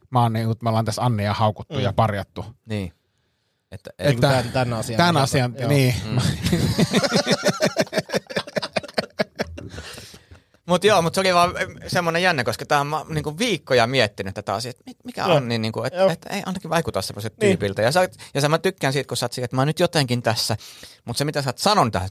Speaker 8: Mä oon, niin, me ollaan tässä Annia haukuttu mm. ja parjattu.
Speaker 6: Niin. Että,
Speaker 8: Et-
Speaker 6: et,
Speaker 8: Että-
Speaker 7: Tän, tän asian.
Speaker 8: Tämän asian,
Speaker 7: Joo.
Speaker 8: niin.
Speaker 6: mut joo, mut se oli vaan em, semmonen jännä, koska tää on mä oon niinku viikkoja miettinyt tätä asiaa, että mi- mikä
Speaker 7: Joo.
Speaker 6: Anni, niinku, että
Speaker 7: Joo.
Speaker 6: et, ei ainakin vaikuta semmoiselta
Speaker 7: Niin.
Speaker 6: tyypiltä. Ja, sä, oot- ja sä mä tykkään siitä, kun sä oot sillä, että mä oon nyt jotenkin tässä, mutta se mitä sä oot sanonut tähän,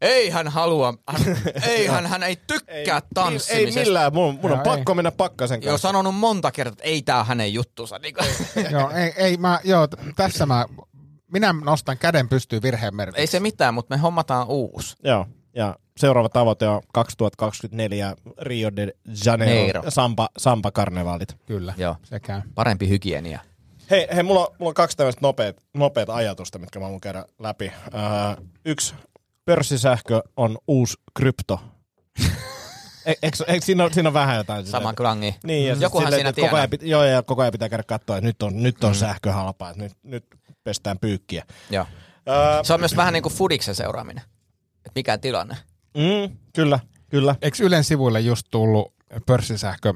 Speaker 6: ei hän halua, hän, ei hän, hän ei tykkää
Speaker 7: Ei
Speaker 6: tanssimisesta.
Speaker 7: millään, mun, mun on
Speaker 8: Joo,
Speaker 7: pakko mennä pakkasen
Speaker 6: Joo,
Speaker 7: kanssa.
Speaker 6: sanonut monta kertaa, että ei tää hänen juttusa. Niinku.
Speaker 8: joo, ei, ei, mä, joo, t- tässä mä, minä nostan käden pystyyn virheen merkiksi.
Speaker 6: ei se mitään, mutta me hommataan uusi.
Speaker 7: Joo, ja seuraava tavoite on 2024 Rio de Janeiro,
Speaker 6: Neiro.
Speaker 7: Sampa, Sampa Karnevaalit.
Speaker 8: Kyllä,
Speaker 6: Joo.
Speaker 8: sekä.
Speaker 6: Parempi hygienia.
Speaker 7: Hei, hei mulla, on, mulla on kaksi tämmöistä nopeat, nopeat ajatusta, mitkä mä haluan käydä läpi. Öö, yksi, pörssisähkö on uusi krypto. E, eikö, eikö siinä, on, siinä on vähän jotain? sitä,
Speaker 6: Sama
Speaker 7: että-
Speaker 6: klangi. Mm.
Speaker 7: Niin, ja
Speaker 6: Jokuhan
Speaker 7: silleen,
Speaker 6: siinä
Speaker 7: että koko
Speaker 6: tienaa.
Speaker 7: ajan, pit- joo, ja koko ajan pitää käydä katsoa, että nyt on, nyt on mm. sähkö halpaa, että nyt, nyt pestään pyykkiä.
Speaker 6: Joo.
Speaker 7: Öö,
Speaker 6: Se on myös vähän niin kuin fudiksen seuraaminen. Et mikä tilanne.
Speaker 7: mm, kyllä, kyllä.
Speaker 8: Eikö Ylen sivuille just tullut pörssisähkö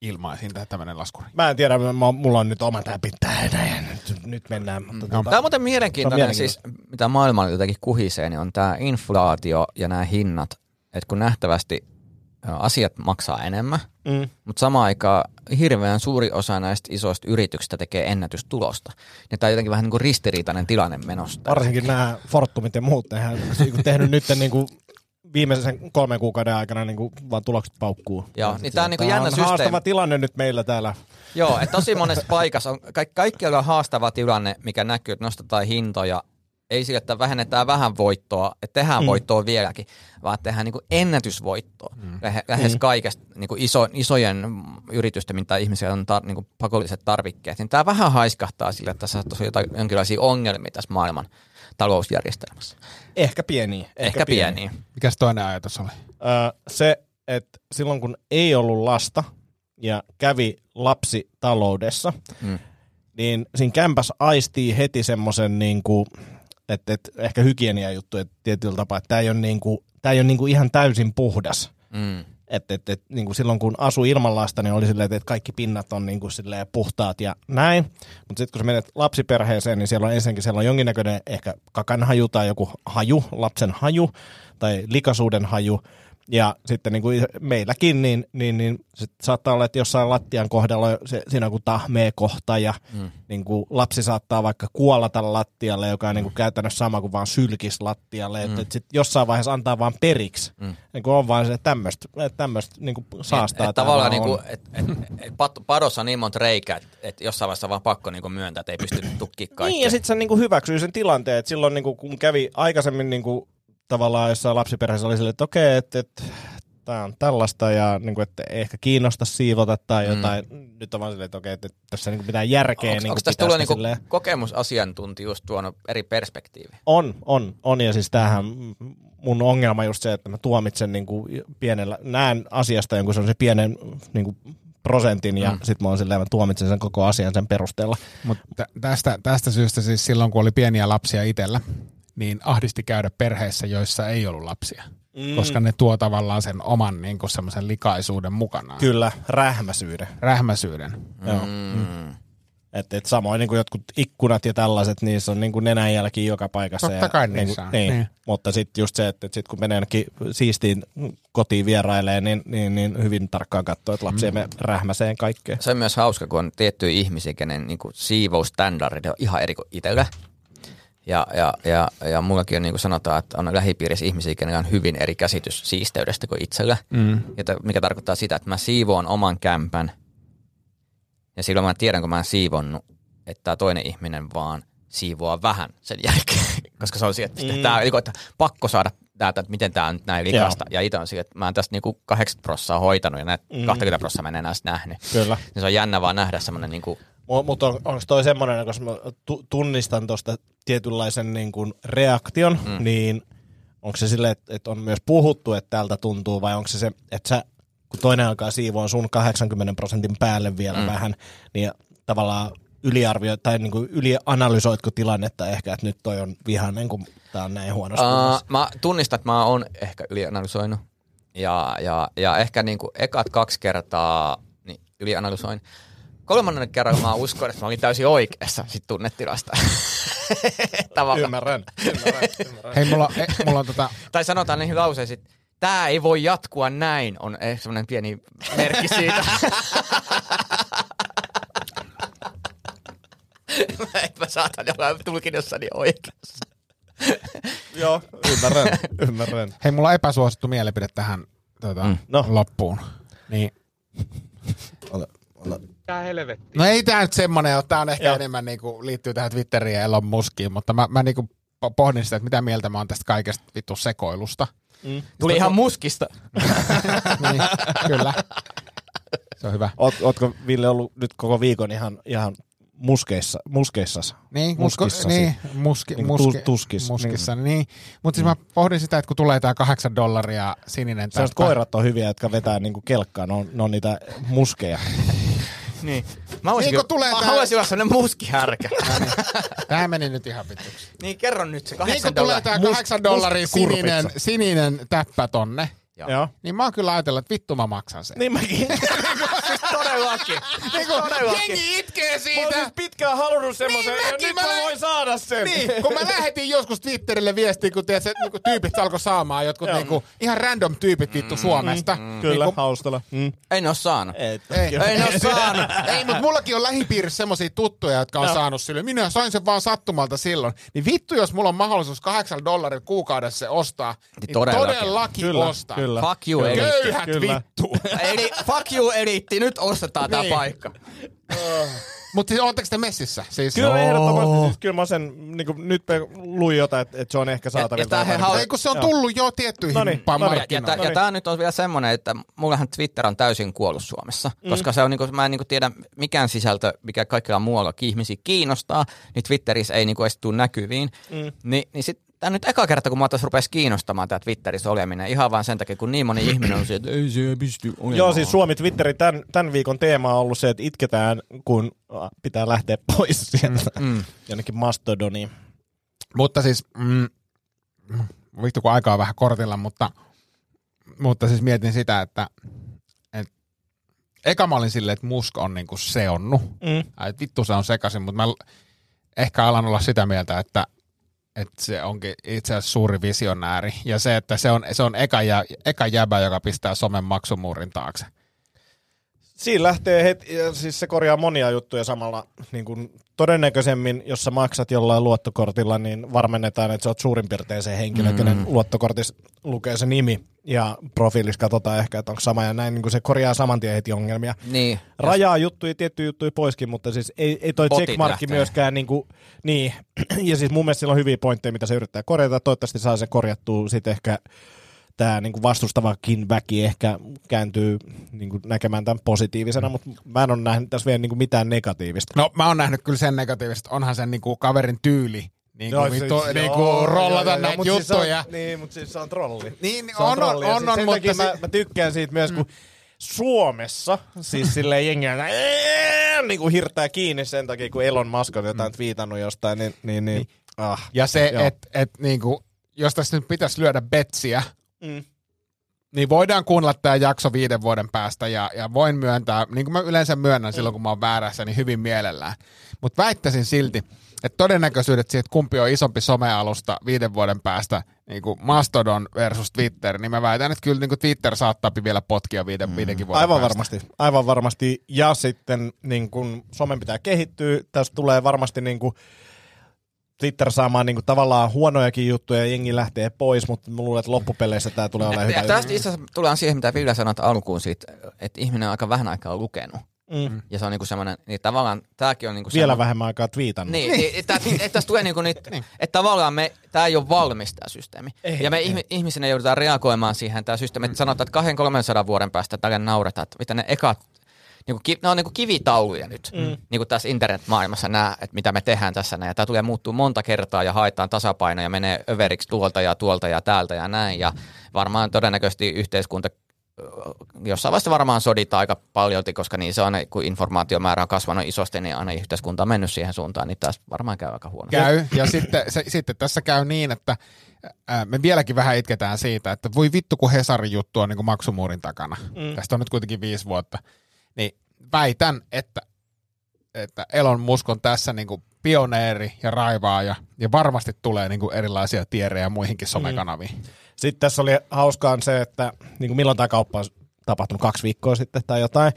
Speaker 8: ilmaisin tai tämmöinen laskuri?
Speaker 7: Mä en tiedä, mä, mulla on nyt omat äpit tähän ja nyt, nyt mennään. Mutta, tota,
Speaker 6: Tämä Mm. No, on muuten mielenkiintoinen,
Speaker 7: Se on mielenkiintoista.
Speaker 6: siis mitä maailmalla jotenkin kuhisee, niin on tämä inflaatio ja nämä hinnat. Että kun nähtävästi ö, asiat maksaa enemmän,
Speaker 7: mm,
Speaker 6: mutta samaan aikaan hirveän suuri osa näistä isoista yrityksistä tekee ennätystulosta. Ja tämä on jotenkin vähän niin kuin ristiriitainen tilanne menossa.
Speaker 7: varsinkin nämä Fortumit ja muut, nehän on niinku tehnyt nyt niinku viimeisen kolmen kuukauden aikana niinku vaan tulokset paukkuu.
Speaker 6: Joo, niin tää on niinku
Speaker 7: Tää
Speaker 6: jännä systeemi.
Speaker 7: haastava tilanne nyt meillä täällä.
Speaker 6: Joo, että tosi monessa paikassa on, ka- kaikkialla on haastava tilanne, mikä näkyy, että nostetaan hintoja. Ei sillä, että vähennetään vähän voittoa, että tehdään mm. voittoa vieläkin, vaan tehdään niin kuin ennätysvoittoa. Mm. Lähe, lähes mm. kaikesta niin kuin iso, isojen yritysten, mitä ihmisillä on tar, niin kuin pakolliset tarvikkeet. Niin tämä vähän haiskahtaa sillä, että saattaisi olla jotain, jonkinlaisia ongelmia tässä maailman talousjärjestelmässä. Ehkä,
Speaker 7: Ehkä pieniä.
Speaker 6: Ehkä pieniä. pieniä.
Speaker 8: Mikäs toinen ajatus oli?
Speaker 7: Ö, se, että silloin kun ei ollut lasta ja kävi lapsi taloudessa,
Speaker 6: Mm.
Speaker 7: mm. niin siinä kämpäs aistii heti semmoisen, niin että et, ehkä hygieniajuttu et, tietyllä tapaa, että tämä ei ole niin kuin, ei ole niin kuin ihan täysin puhdas.
Speaker 6: Mm.
Speaker 7: Et, et, et, niin kuin silloin kun asui ilman lasta, niin oli silleen, että et kaikki pinnat on niin kuin silleen puhtaat ja näin. Mutta sitten kun sä menet lapsiperheeseen, niin siellä on ensinnäkin siellä on jonkinnäköinen ehkä kakan haju tai joku haju, lapsen haju tai likaisuuden haju. Ja sitten niin kuin meilläkin, niin, niin, niin sit saattaa olla, että jossain lattian kohdalla se, siinä on joku tahmea kohta ja mm. niin kuin lapsi saattaa vaikka kuolla tällä lattialle, joka on niin kuin käytännössä sama kuin vaan sylkis lattialle. Mm. Että sit jossain vaiheessa antaa vaan periksi. Mm. Niin kuin on vaan se tämmöistä tämmöistä niin kuin saastaa.
Speaker 6: Et, et
Speaker 7: täällä
Speaker 6: tavallaan
Speaker 7: on.
Speaker 6: niinku, et, et, et, pat- padossa on niin monta reikää, että et jossain vaiheessa vaan pakko niinku myöntää, että ei pysty tukkiin kaikkea.
Speaker 7: Niin, ja sitten se niinku hyväksyy sen tilanteen, että silloin niinku, kun kävi aikaisemmin niinku, tavallaan jossain lapsiperheessä oli silleen, että okei, että et, tämä on tällaista ja niinku, että ei ehkä kiinnosta siivota tai
Speaker 6: Mm.
Speaker 7: jotain. Nyt on vaan silleen, että okei, että tässä ei niinku, mitään järkeä.
Speaker 6: Onko
Speaker 7: niinku,
Speaker 6: niinku tässä
Speaker 7: pitää
Speaker 6: tullut
Speaker 7: sitä
Speaker 6: niinku
Speaker 7: silleen-
Speaker 6: kokemusasiantuntijuus tuonut eri perspektiiviä?
Speaker 7: On, on, on. Ja siis tämähän mun ongelma just se, että mä tuomitsen niin kuin pienellä, näen asiasta jonkun se pienen niin kuin prosentin ja
Speaker 6: Mm.
Speaker 7: mm. sit mä oon silleen, mä tuomitsen sen koko asian sen perusteella.
Speaker 8: Mutta tästä, tästä syystä siis silloin, kun oli pieniä lapsia itsellä, niin ahdisti käydä perheissä, joissa ei ollut lapsia. Mm. Koska ne tuo tavallaan sen oman niin kuin semmoisen likaisuuden
Speaker 6: Ah.
Speaker 8: mukanaan.
Speaker 7: Kyllä, rähmäsyyden.
Speaker 8: Rähmäsyyden.
Speaker 7: Joo.
Speaker 6: Mm.
Speaker 7: Et, et samoin niin kuin jotkut ikkunat ja tällaiset, niissä on niin kuin nenänjälki joka paikassa.
Speaker 8: Totta
Speaker 7: ja,
Speaker 8: kai
Speaker 7: niin,
Speaker 8: niissä
Speaker 7: kuin-
Speaker 8: on.
Speaker 7: Niin.
Speaker 8: Niin.
Speaker 7: Niin. Mutta sitten just se, että sit kun menee jonnekin siistiin kotiin vierailee, niin, niin, niin hyvin tarkkaan katsoo, että lapsia mm. me rähmäseen kaikkeen.
Speaker 6: Se on myös hauska, kun on tiettyjä ihmisiä, kenen niinku siivoustandardit on ihan eri kuin itsellä. Ja, ja, ja, ja mullakin on niin kuin sanotaan, että on lähipiirissä ihmisiä, kenellä on hyvin eri käsitys siisteydestä kuin itsellä.
Speaker 8: Mm.
Speaker 6: Jota, mikä tarkoittaa sitä, että mä siivoon oman kämpän. Ja silloin mä tiedän, kun mä oon siivonnut, että tämä toinen ihminen vaan siivoaa vähän sen jälkeen. Koska se on siitä, että, mm. tää, niinku, että pakko saada täältä, että miten tämä on nyt näin likasta. Ja itse on siitä, että mä oon tästä niinku 80 prossaa hoitanut ja näitä mm. 20 prossaa mä en enää sit nähnyt.
Speaker 7: Kyllä.
Speaker 6: Niin se on jännä vaan nähdä semmoinen niinku,
Speaker 7: Mutta on, onko toi semmoinen, koska mä tu- tunnistan tuosta tietynlaisen niin kuin reaktion, mm. niin onko se silleen, että, että on myös puhuttu, että tältä tuntuu, vai onko se se, että sä, kun toinen alkaa siivoon sun 80 prosentin päälle vielä mm. vähän, niin tavallaan yliarvio tai niin kuin ylianalysoitko tilannetta ehkä, että nyt toi on vihainen, kun tää on näin huonossa
Speaker 6: Uh,
Speaker 7: kunnossa.
Speaker 6: mä tunnistan, että mä oon ehkä ylianalysoinut. Ja, ja, ja ehkä niin kuin ekat kaksi kertaa niin ylianalysoin. Kolmannen kerran mä uskon, että mä olin täysin oikeassa sit tunnetilasta. Tavallaan.
Speaker 7: Ymmärrän, ymmärrän, ymmärrän.
Speaker 8: Hei, mulla, e, mulla on tota,
Speaker 6: Tai sanotaan niin niihin lauseisiin, että tämä ei voi jatkua näin, on ehkä semmoinen pieni merkki siitä. Mä- että mä saatan olla tulkinnassani oikeassa.
Speaker 7: Joo, ymmärrän, ymmärrän.
Speaker 8: hei, mulla on epäsuosittu mielipide tähän tota, mm.
Speaker 7: No.
Speaker 8: no. loppuun. Niin.
Speaker 7: Ota, ota.
Speaker 8: No ei tämä nyt semmoinen ole, tämä on ehkä
Speaker 7: Joo.
Speaker 8: Joo. enemmän niinku, liittyy tähän Twitteriin ja Elon Muskiin, mutta mä, mä niinku po- pohdin sitä, että mitä mieltä mä oon tästä kaikesta vittu sekoilusta.
Speaker 6: Tuli ihan muskista.
Speaker 8: niin, kyllä. Se on hyvä.
Speaker 7: Oot, ootko Ville ollut nyt koko viikon ihan, ihan muskeissa, muskeissas?
Speaker 8: Niin,
Speaker 7: Muskissasi.
Speaker 8: muskissa. Niin, muski,
Speaker 7: Niin kuin
Speaker 8: muski,
Speaker 7: tus- tuskis.
Speaker 8: muskissa. Niin. niin. Mutta siis mä pohdin sitä, että kun tulee tää kahdeksan dollaria sininen. tää-
Speaker 7: Sellaiset koirat Mm. on hyviä, jotka vetää niinku kelkkaa, ne on, ne on niitä muskeja.
Speaker 6: Niin. Mä, voisin,
Speaker 8: Niin, kun tulee
Speaker 6: mä
Speaker 8: tää-
Speaker 6: haluaisin olla sellainen muskihärkä.
Speaker 8: Tää meni nyt ihan vituksi.
Speaker 6: niin kerro nyt se
Speaker 8: Niin kun
Speaker 6: kahdeksan
Speaker 8: tulee
Speaker 6: dollaria.
Speaker 8: tää
Speaker 7: Must-
Speaker 8: kahdeksan dollaria
Speaker 7: must kurpitsa.
Speaker 8: sininen, sininen täppä tonne,
Speaker 6: Joo.
Speaker 8: niin mä oon kyllä ajatellut, että vittu mä maksan sen.
Speaker 7: Niin mäkin.
Speaker 6: Todellakin.
Speaker 8: Niin kun jengi itkee
Speaker 7: mä oon
Speaker 8: siitä.
Speaker 7: siis pitkään halunnut semmoisen,
Speaker 8: Niin
Speaker 7: ja
Speaker 8: mäkin,
Speaker 7: nyt
Speaker 8: mä
Speaker 7: mä
Speaker 8: lähdin-
Speaker 7: voin saada sen.
Speaker 8: Niin, kun mä lähetin joskus Twitterille viestiä, kun tiedät, se, niinku tyypit alkoi saamaan jotkut niinku, ihan random tyypit vittu Suomesta.
Speaker 7: Mm. Kyllä,
Speaker 8: Niinku,
Speaker 7: haustalla. Mm.
Speaker 6: En oo saanut.
Speaker 7: Et.
Speaker 8: ei.
Speaker 6: En oo saanut.
Speaker 8: Ei, mutta mullakin on lähipiirissä semmoisia tuttuja, jotka on saanut sille. Minä sain sen vaan sattumalta silloin. Niin vittu, jos mulla on mahdollisuus kahdeksan dollarin kuukaudessa se ostaa, niin
Speaker 6: todellakin.
Speaker 8: todellakin, todellakin
Speaker 7: Kyllä,
Speaker 8: ostaa.
Speaker 7: kyllä.
Speaker 6: Fuck you, eliitti.
Speaker 8: Köyhät
Speaker 7: Kyllä.
Speaker 8: vittu.
Speaker 6: Eli fuck you, eliitti. Nyt ostetaan tää
Speaker 8: Niin.
Speaker 6: paikka.
Speaker 8: Mutta siis ootteko te messissä? Siis,
Speaker 7: Kyllä
Speaker 8: Joo.
Speaker 7: ehdottomasti, siis kyllä mä sen, niin kuin, nyt mä luin jotain, että, että se on ehkä saatavilla.
Speaker 6: ja tää he
Speaker 7: jotain.
Speaker 8: Ei, kun se on tullut jo tiettyihin
Speaker 7: Noniin,
Speaker 8: pa-
Speaker 7: noniin.
Speaker 6: Ja,
Speaker 8: markkinoihin.
Speaker 6: ja, ja tämä nyt on vielä semmoinen, että mullahan Twitter on täysin kuollut Suomessa,
Speaker 8: Mm.
Speaker 6: koska se on, niinku, mä en niinku tiedä mikään sisältö, mikä kaikilla muualla ihmisiä kiinnostaa, niin Twitterissä ei niinku edes tule näkyviin. Mm. Ni, niin sit, tämä nyt eka kerta, kun mä tässä rupesi kiinnostamaan tämä Twitterissä oleminen, ihan vaan sen takia, kun niin moni ihminen on se, että ei se pysty olemaan.
Speaker 7: Joo, siis Suomi Twitteri tämän, tämän viikon teema on ollut se, että itketään, kun ah, pitää lähteä pois sieltä mm. jonnekin Mastodoniin.
Speaker 8: Mutta siis, mm, vittu kun aikaa on vähän kortilla, mutta, mutta siis mietin sitä, että et, eka mä olin silleen, että musk on niinku seonnut.
Speaker 7: Mm.
Speaker 8: Ai, että vittu se on sekaisin, mutta mä l- ehkä alan olla sitä mieltä, että että se onkin itse asiassa suuri visionääri. Ja se, että se on, se on eka, jä, eka jäbä, joka pistää somen maksumuurin taakse.
Speaker 7: Siinä lähtee heti, ja siis se korjaa monia juttuja samalla. Niin kuin todennäköisemmin, jos sä maksat jollain luottokortilla, niin varmennetaan, että sä oot suurin piirtein se henkilö, mm. kenen luottokortissa lukee se nimi. Ja profiilissa katsotaan ehkä, että onko sama ja näin. Niin kuin se korjaa saman tien heti ongelmia.
Speaker 6: Niin.
Speaker 7: Rajaa juttuja, tiettyjä juttuja poiskin, mutta siis ei, ei toi
Speaker 6: Botit
Speaker 7: checkmarkki
Speaker 6: lähtee.
Speaker 7: myöskään niin kuin, niin. Ja siis mun mielestä sillä on hyviä pointteja, mitä se yrittää korjata. Toivottavasti saa se korjattua sitten ehkä tämä niinku vastustavakin väki ehkä kääntyy niinku näkemään tämän
Speaker 6: Mm.
Speaker 7: positiivisena, mutta mä en ole nähnyt tässä vielä niinku mitään negatiivista.
Speaker 8: No mä oon nähnyt kyllä sen negatiivisesti, onhan sen niinku kaverin tyyli. Niinku,
Speaker 7: Joo,
Speaker 8: no,
Speaker 7: siis-
Speaker 8: vittu,
Speaker 7: joo,
Speaker 8: niinku rollata
Speaker 7: joo, joo,
Speaker 8: näitä
Speaker 7: mut siis se on-
Speaker 8: juttuja.
Speaker 7: Niin, mutta siis se on trolli.
Speaker 8: Niin,
Speaker 7: Se on,
Speaker 8: on, on,
Speaker 7: trolli. ja
Speaker 8: on, niinku
Speaker 7: sit
Speaker 8: on
Speaker 7: sen
Speaker 8: mutta
Speaker 7: takia
Speaker 8: se,
Speaker 7: mä, mä tykkään siitä myös, kun Suomessa, siis silleen jengiä niin kuin hirttää kiinni sen takia, kun Elon Musk on jotain twiitannut jostain, niin, niin, niin. Ah.
Speaker 8: Mm. ja se,
Speaker 7: Joo.
Speaker 8: että et, niinku, jos tässä nyt pitäisi lyödä betsiä,
Speaker 7: Mm.
Speaker 8: niin voidaan kuunnella tämä jakso viiden vuoden päästä ja, ja voin myöntää, niin kuin mä yleensä myönnän silloin, kun mä oon väärässä, niin hyvin mielellään. Mutta väittäisin silti, että todennäköisyydet siitä, että kumpi on isompi somealusta viiden vuoden päästä, niin kuin Mastodon versus Twitter, niin mä väitän, että kyllä niin kuin Twitter saattaa vielä potkia viiden, mm. viidenkin vuoden
Speaker 7: Aivan
Speaker 8: päästä.
Speaker 7: varmasti, aivan varmasti. Ja sitten niin kun somen pitää kehittyä, tästä tulee varmasti niin kun Twitter saamaan niin kun tavallaan huonojakin juttuja ja jengi lähtee pois, mutta mä luulen, että loppupeleissä tämä tulee olemaan
Speaker 6: Ja
Speaker 7: hyvä.
Speaker 6: tästä itse asiassa tullaan siihen, mitä Ville sanoi alkuun siitä, että ihminen on aika vähän aikaa lukenut.
Speaker 7: Mm.
Speaker 6: Ja se on niinku semmoinen, niin tavallaan tämäkin on niinku
Speaker 7: Vielä
Speaker 6: semmonen-
Speaker 7: vähemmän aikaa twiitannut.
Speaker 6: Niin, niin. että, että tässä tulee niinku niitä, että tavallaan me, tämä ei ole valmis tämä systeemi. ja me ei. ihmisinä joudutaan reagoimaan siihen tämä systeemi, että sanotaan, että 200-300 vuoden päästä tälle nauretaan, että mitä ne ekat, niinku, ki- ne on niinku kivitauluja nyt, mm. niinku tässä internetmaailmassa nämä, että mitä me tehdään tässä näin. Ja tämä tulee muuttuu monta kertaa ja haetaan tasapainoja, menee överiksi tuolta ja tuolta ja täältä ja näin. Ja varmaan todennäköisesti yhteiskunta jossain vaiheessa varmaan soditaan aika paljolti, koska niin se on, kun informaatiomäärä on kasvanut isosti, niin aina yhteiskunta on mennyt siihen suuntaan, niin taas varmaan käy aika huono.
Speaker 8: Käy, ja sitten, se, sitten tässä käy niin, että ää, me vieläkin vähän itketään siitä, että voi vittu kun Hesarin juttu on niin kuin maksumuurin takana. Mm. Tästä on nyt kuitenkin viisi vuotta. Niin väitän, että, että Elon Musk on tässä niin kuin pioneeri ja raivaaja, ja varmasti tulee niin kuin erilaisia tierejä muihinkin somekanaviin. Mm.
Speaker 7: Sitten tässä oli hauskaan se, että niin kuin milloin tämä kauppa on tapahtunut kaksi viikkoa sitten tai jotain,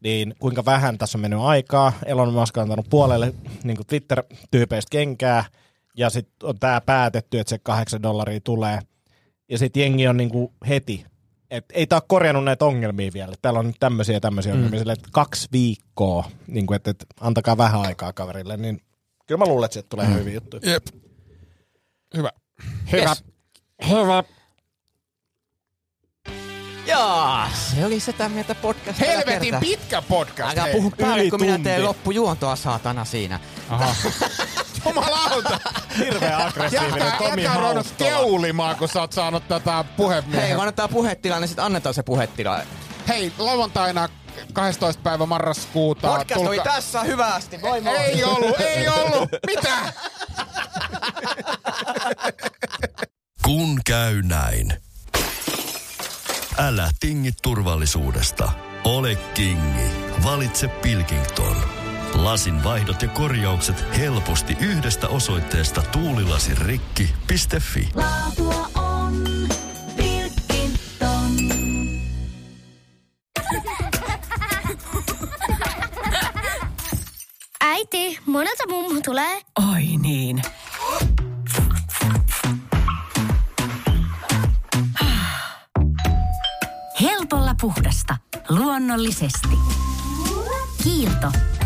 Speaker 7: niin kuinka vähän tässä on mennyt aikaa. Elon Musk on antanut puolelle niin kuin Twitter-tyypeistä kenkää, ja sitten on tämä päätetty, että se kahdeksan dollaria tulee. Ja sitten jengi on niin kuin heti, että ei tämä ole korjannut näitä ongelmia vielä. Täällä on nyt tämmöisiä ja tämmöisiä mm. ongelmia, Silleen, että kaksi viikkoa, niin kuin, että, että antakaa vähän aikaa kaverille, niin kyllä mä luulen, että sieltä tulee mm. hyviä juttuja.
Speaker 8: Jep. Hyvä.
Speaker 6: Hyvä. Hyvä. Jaa, se oli sitä mieltä podcast. tällä
Speaker 8: Helvetin
Speaker 6: kertaa.
Speaker 8: pitkä podcast.
Speaker 6: Älä
Speaker 8: hei.
Speaker 6: puhu päälle,
Speaker 7: Yli
Speaker 6: kun minä
Speaker 7: tunti.
Speaker 6: teen loppujuontoa saatana siinä.
Speaker 8: Aha. Jumalauta.
Speaker 7: Hirveä aggressiivinen
Speaker 8: Jätkä,
Speaker 7: Tomi
Speaker 8: jätkä on ruvennut
Speaker 7: Haustola.
Speaker 8: keulimaan, kun sä oot saanut tätä puhemiehen.
Speaker 6: Hei, kun annetaan puhetila, niin sitten annetaan se puhetila.
Speaker 8: Hei, lauantaina 12. päivä marraskuuta.
Speaker 6: Podcast oli tässä hyvästi. Voi moi.
Speaker 8: Ei ollut, ei ollut. Mitä?
Speaker 1: Kun käy näin. Älä tingi turvallisuudesta. Ole kingi. Valitse Pilkington. Lasin vaihdot ja korjaukset helposti yhdestä osoitteesta tuulilasirikki.fi.
Speaker 2: Laatua on Pilkington.
Speaker 9: Äiti, monelta mummu tulee.
Speaker 10: Oi niin. Helpolla puhdasta. Luonnollisesti. Kiilto.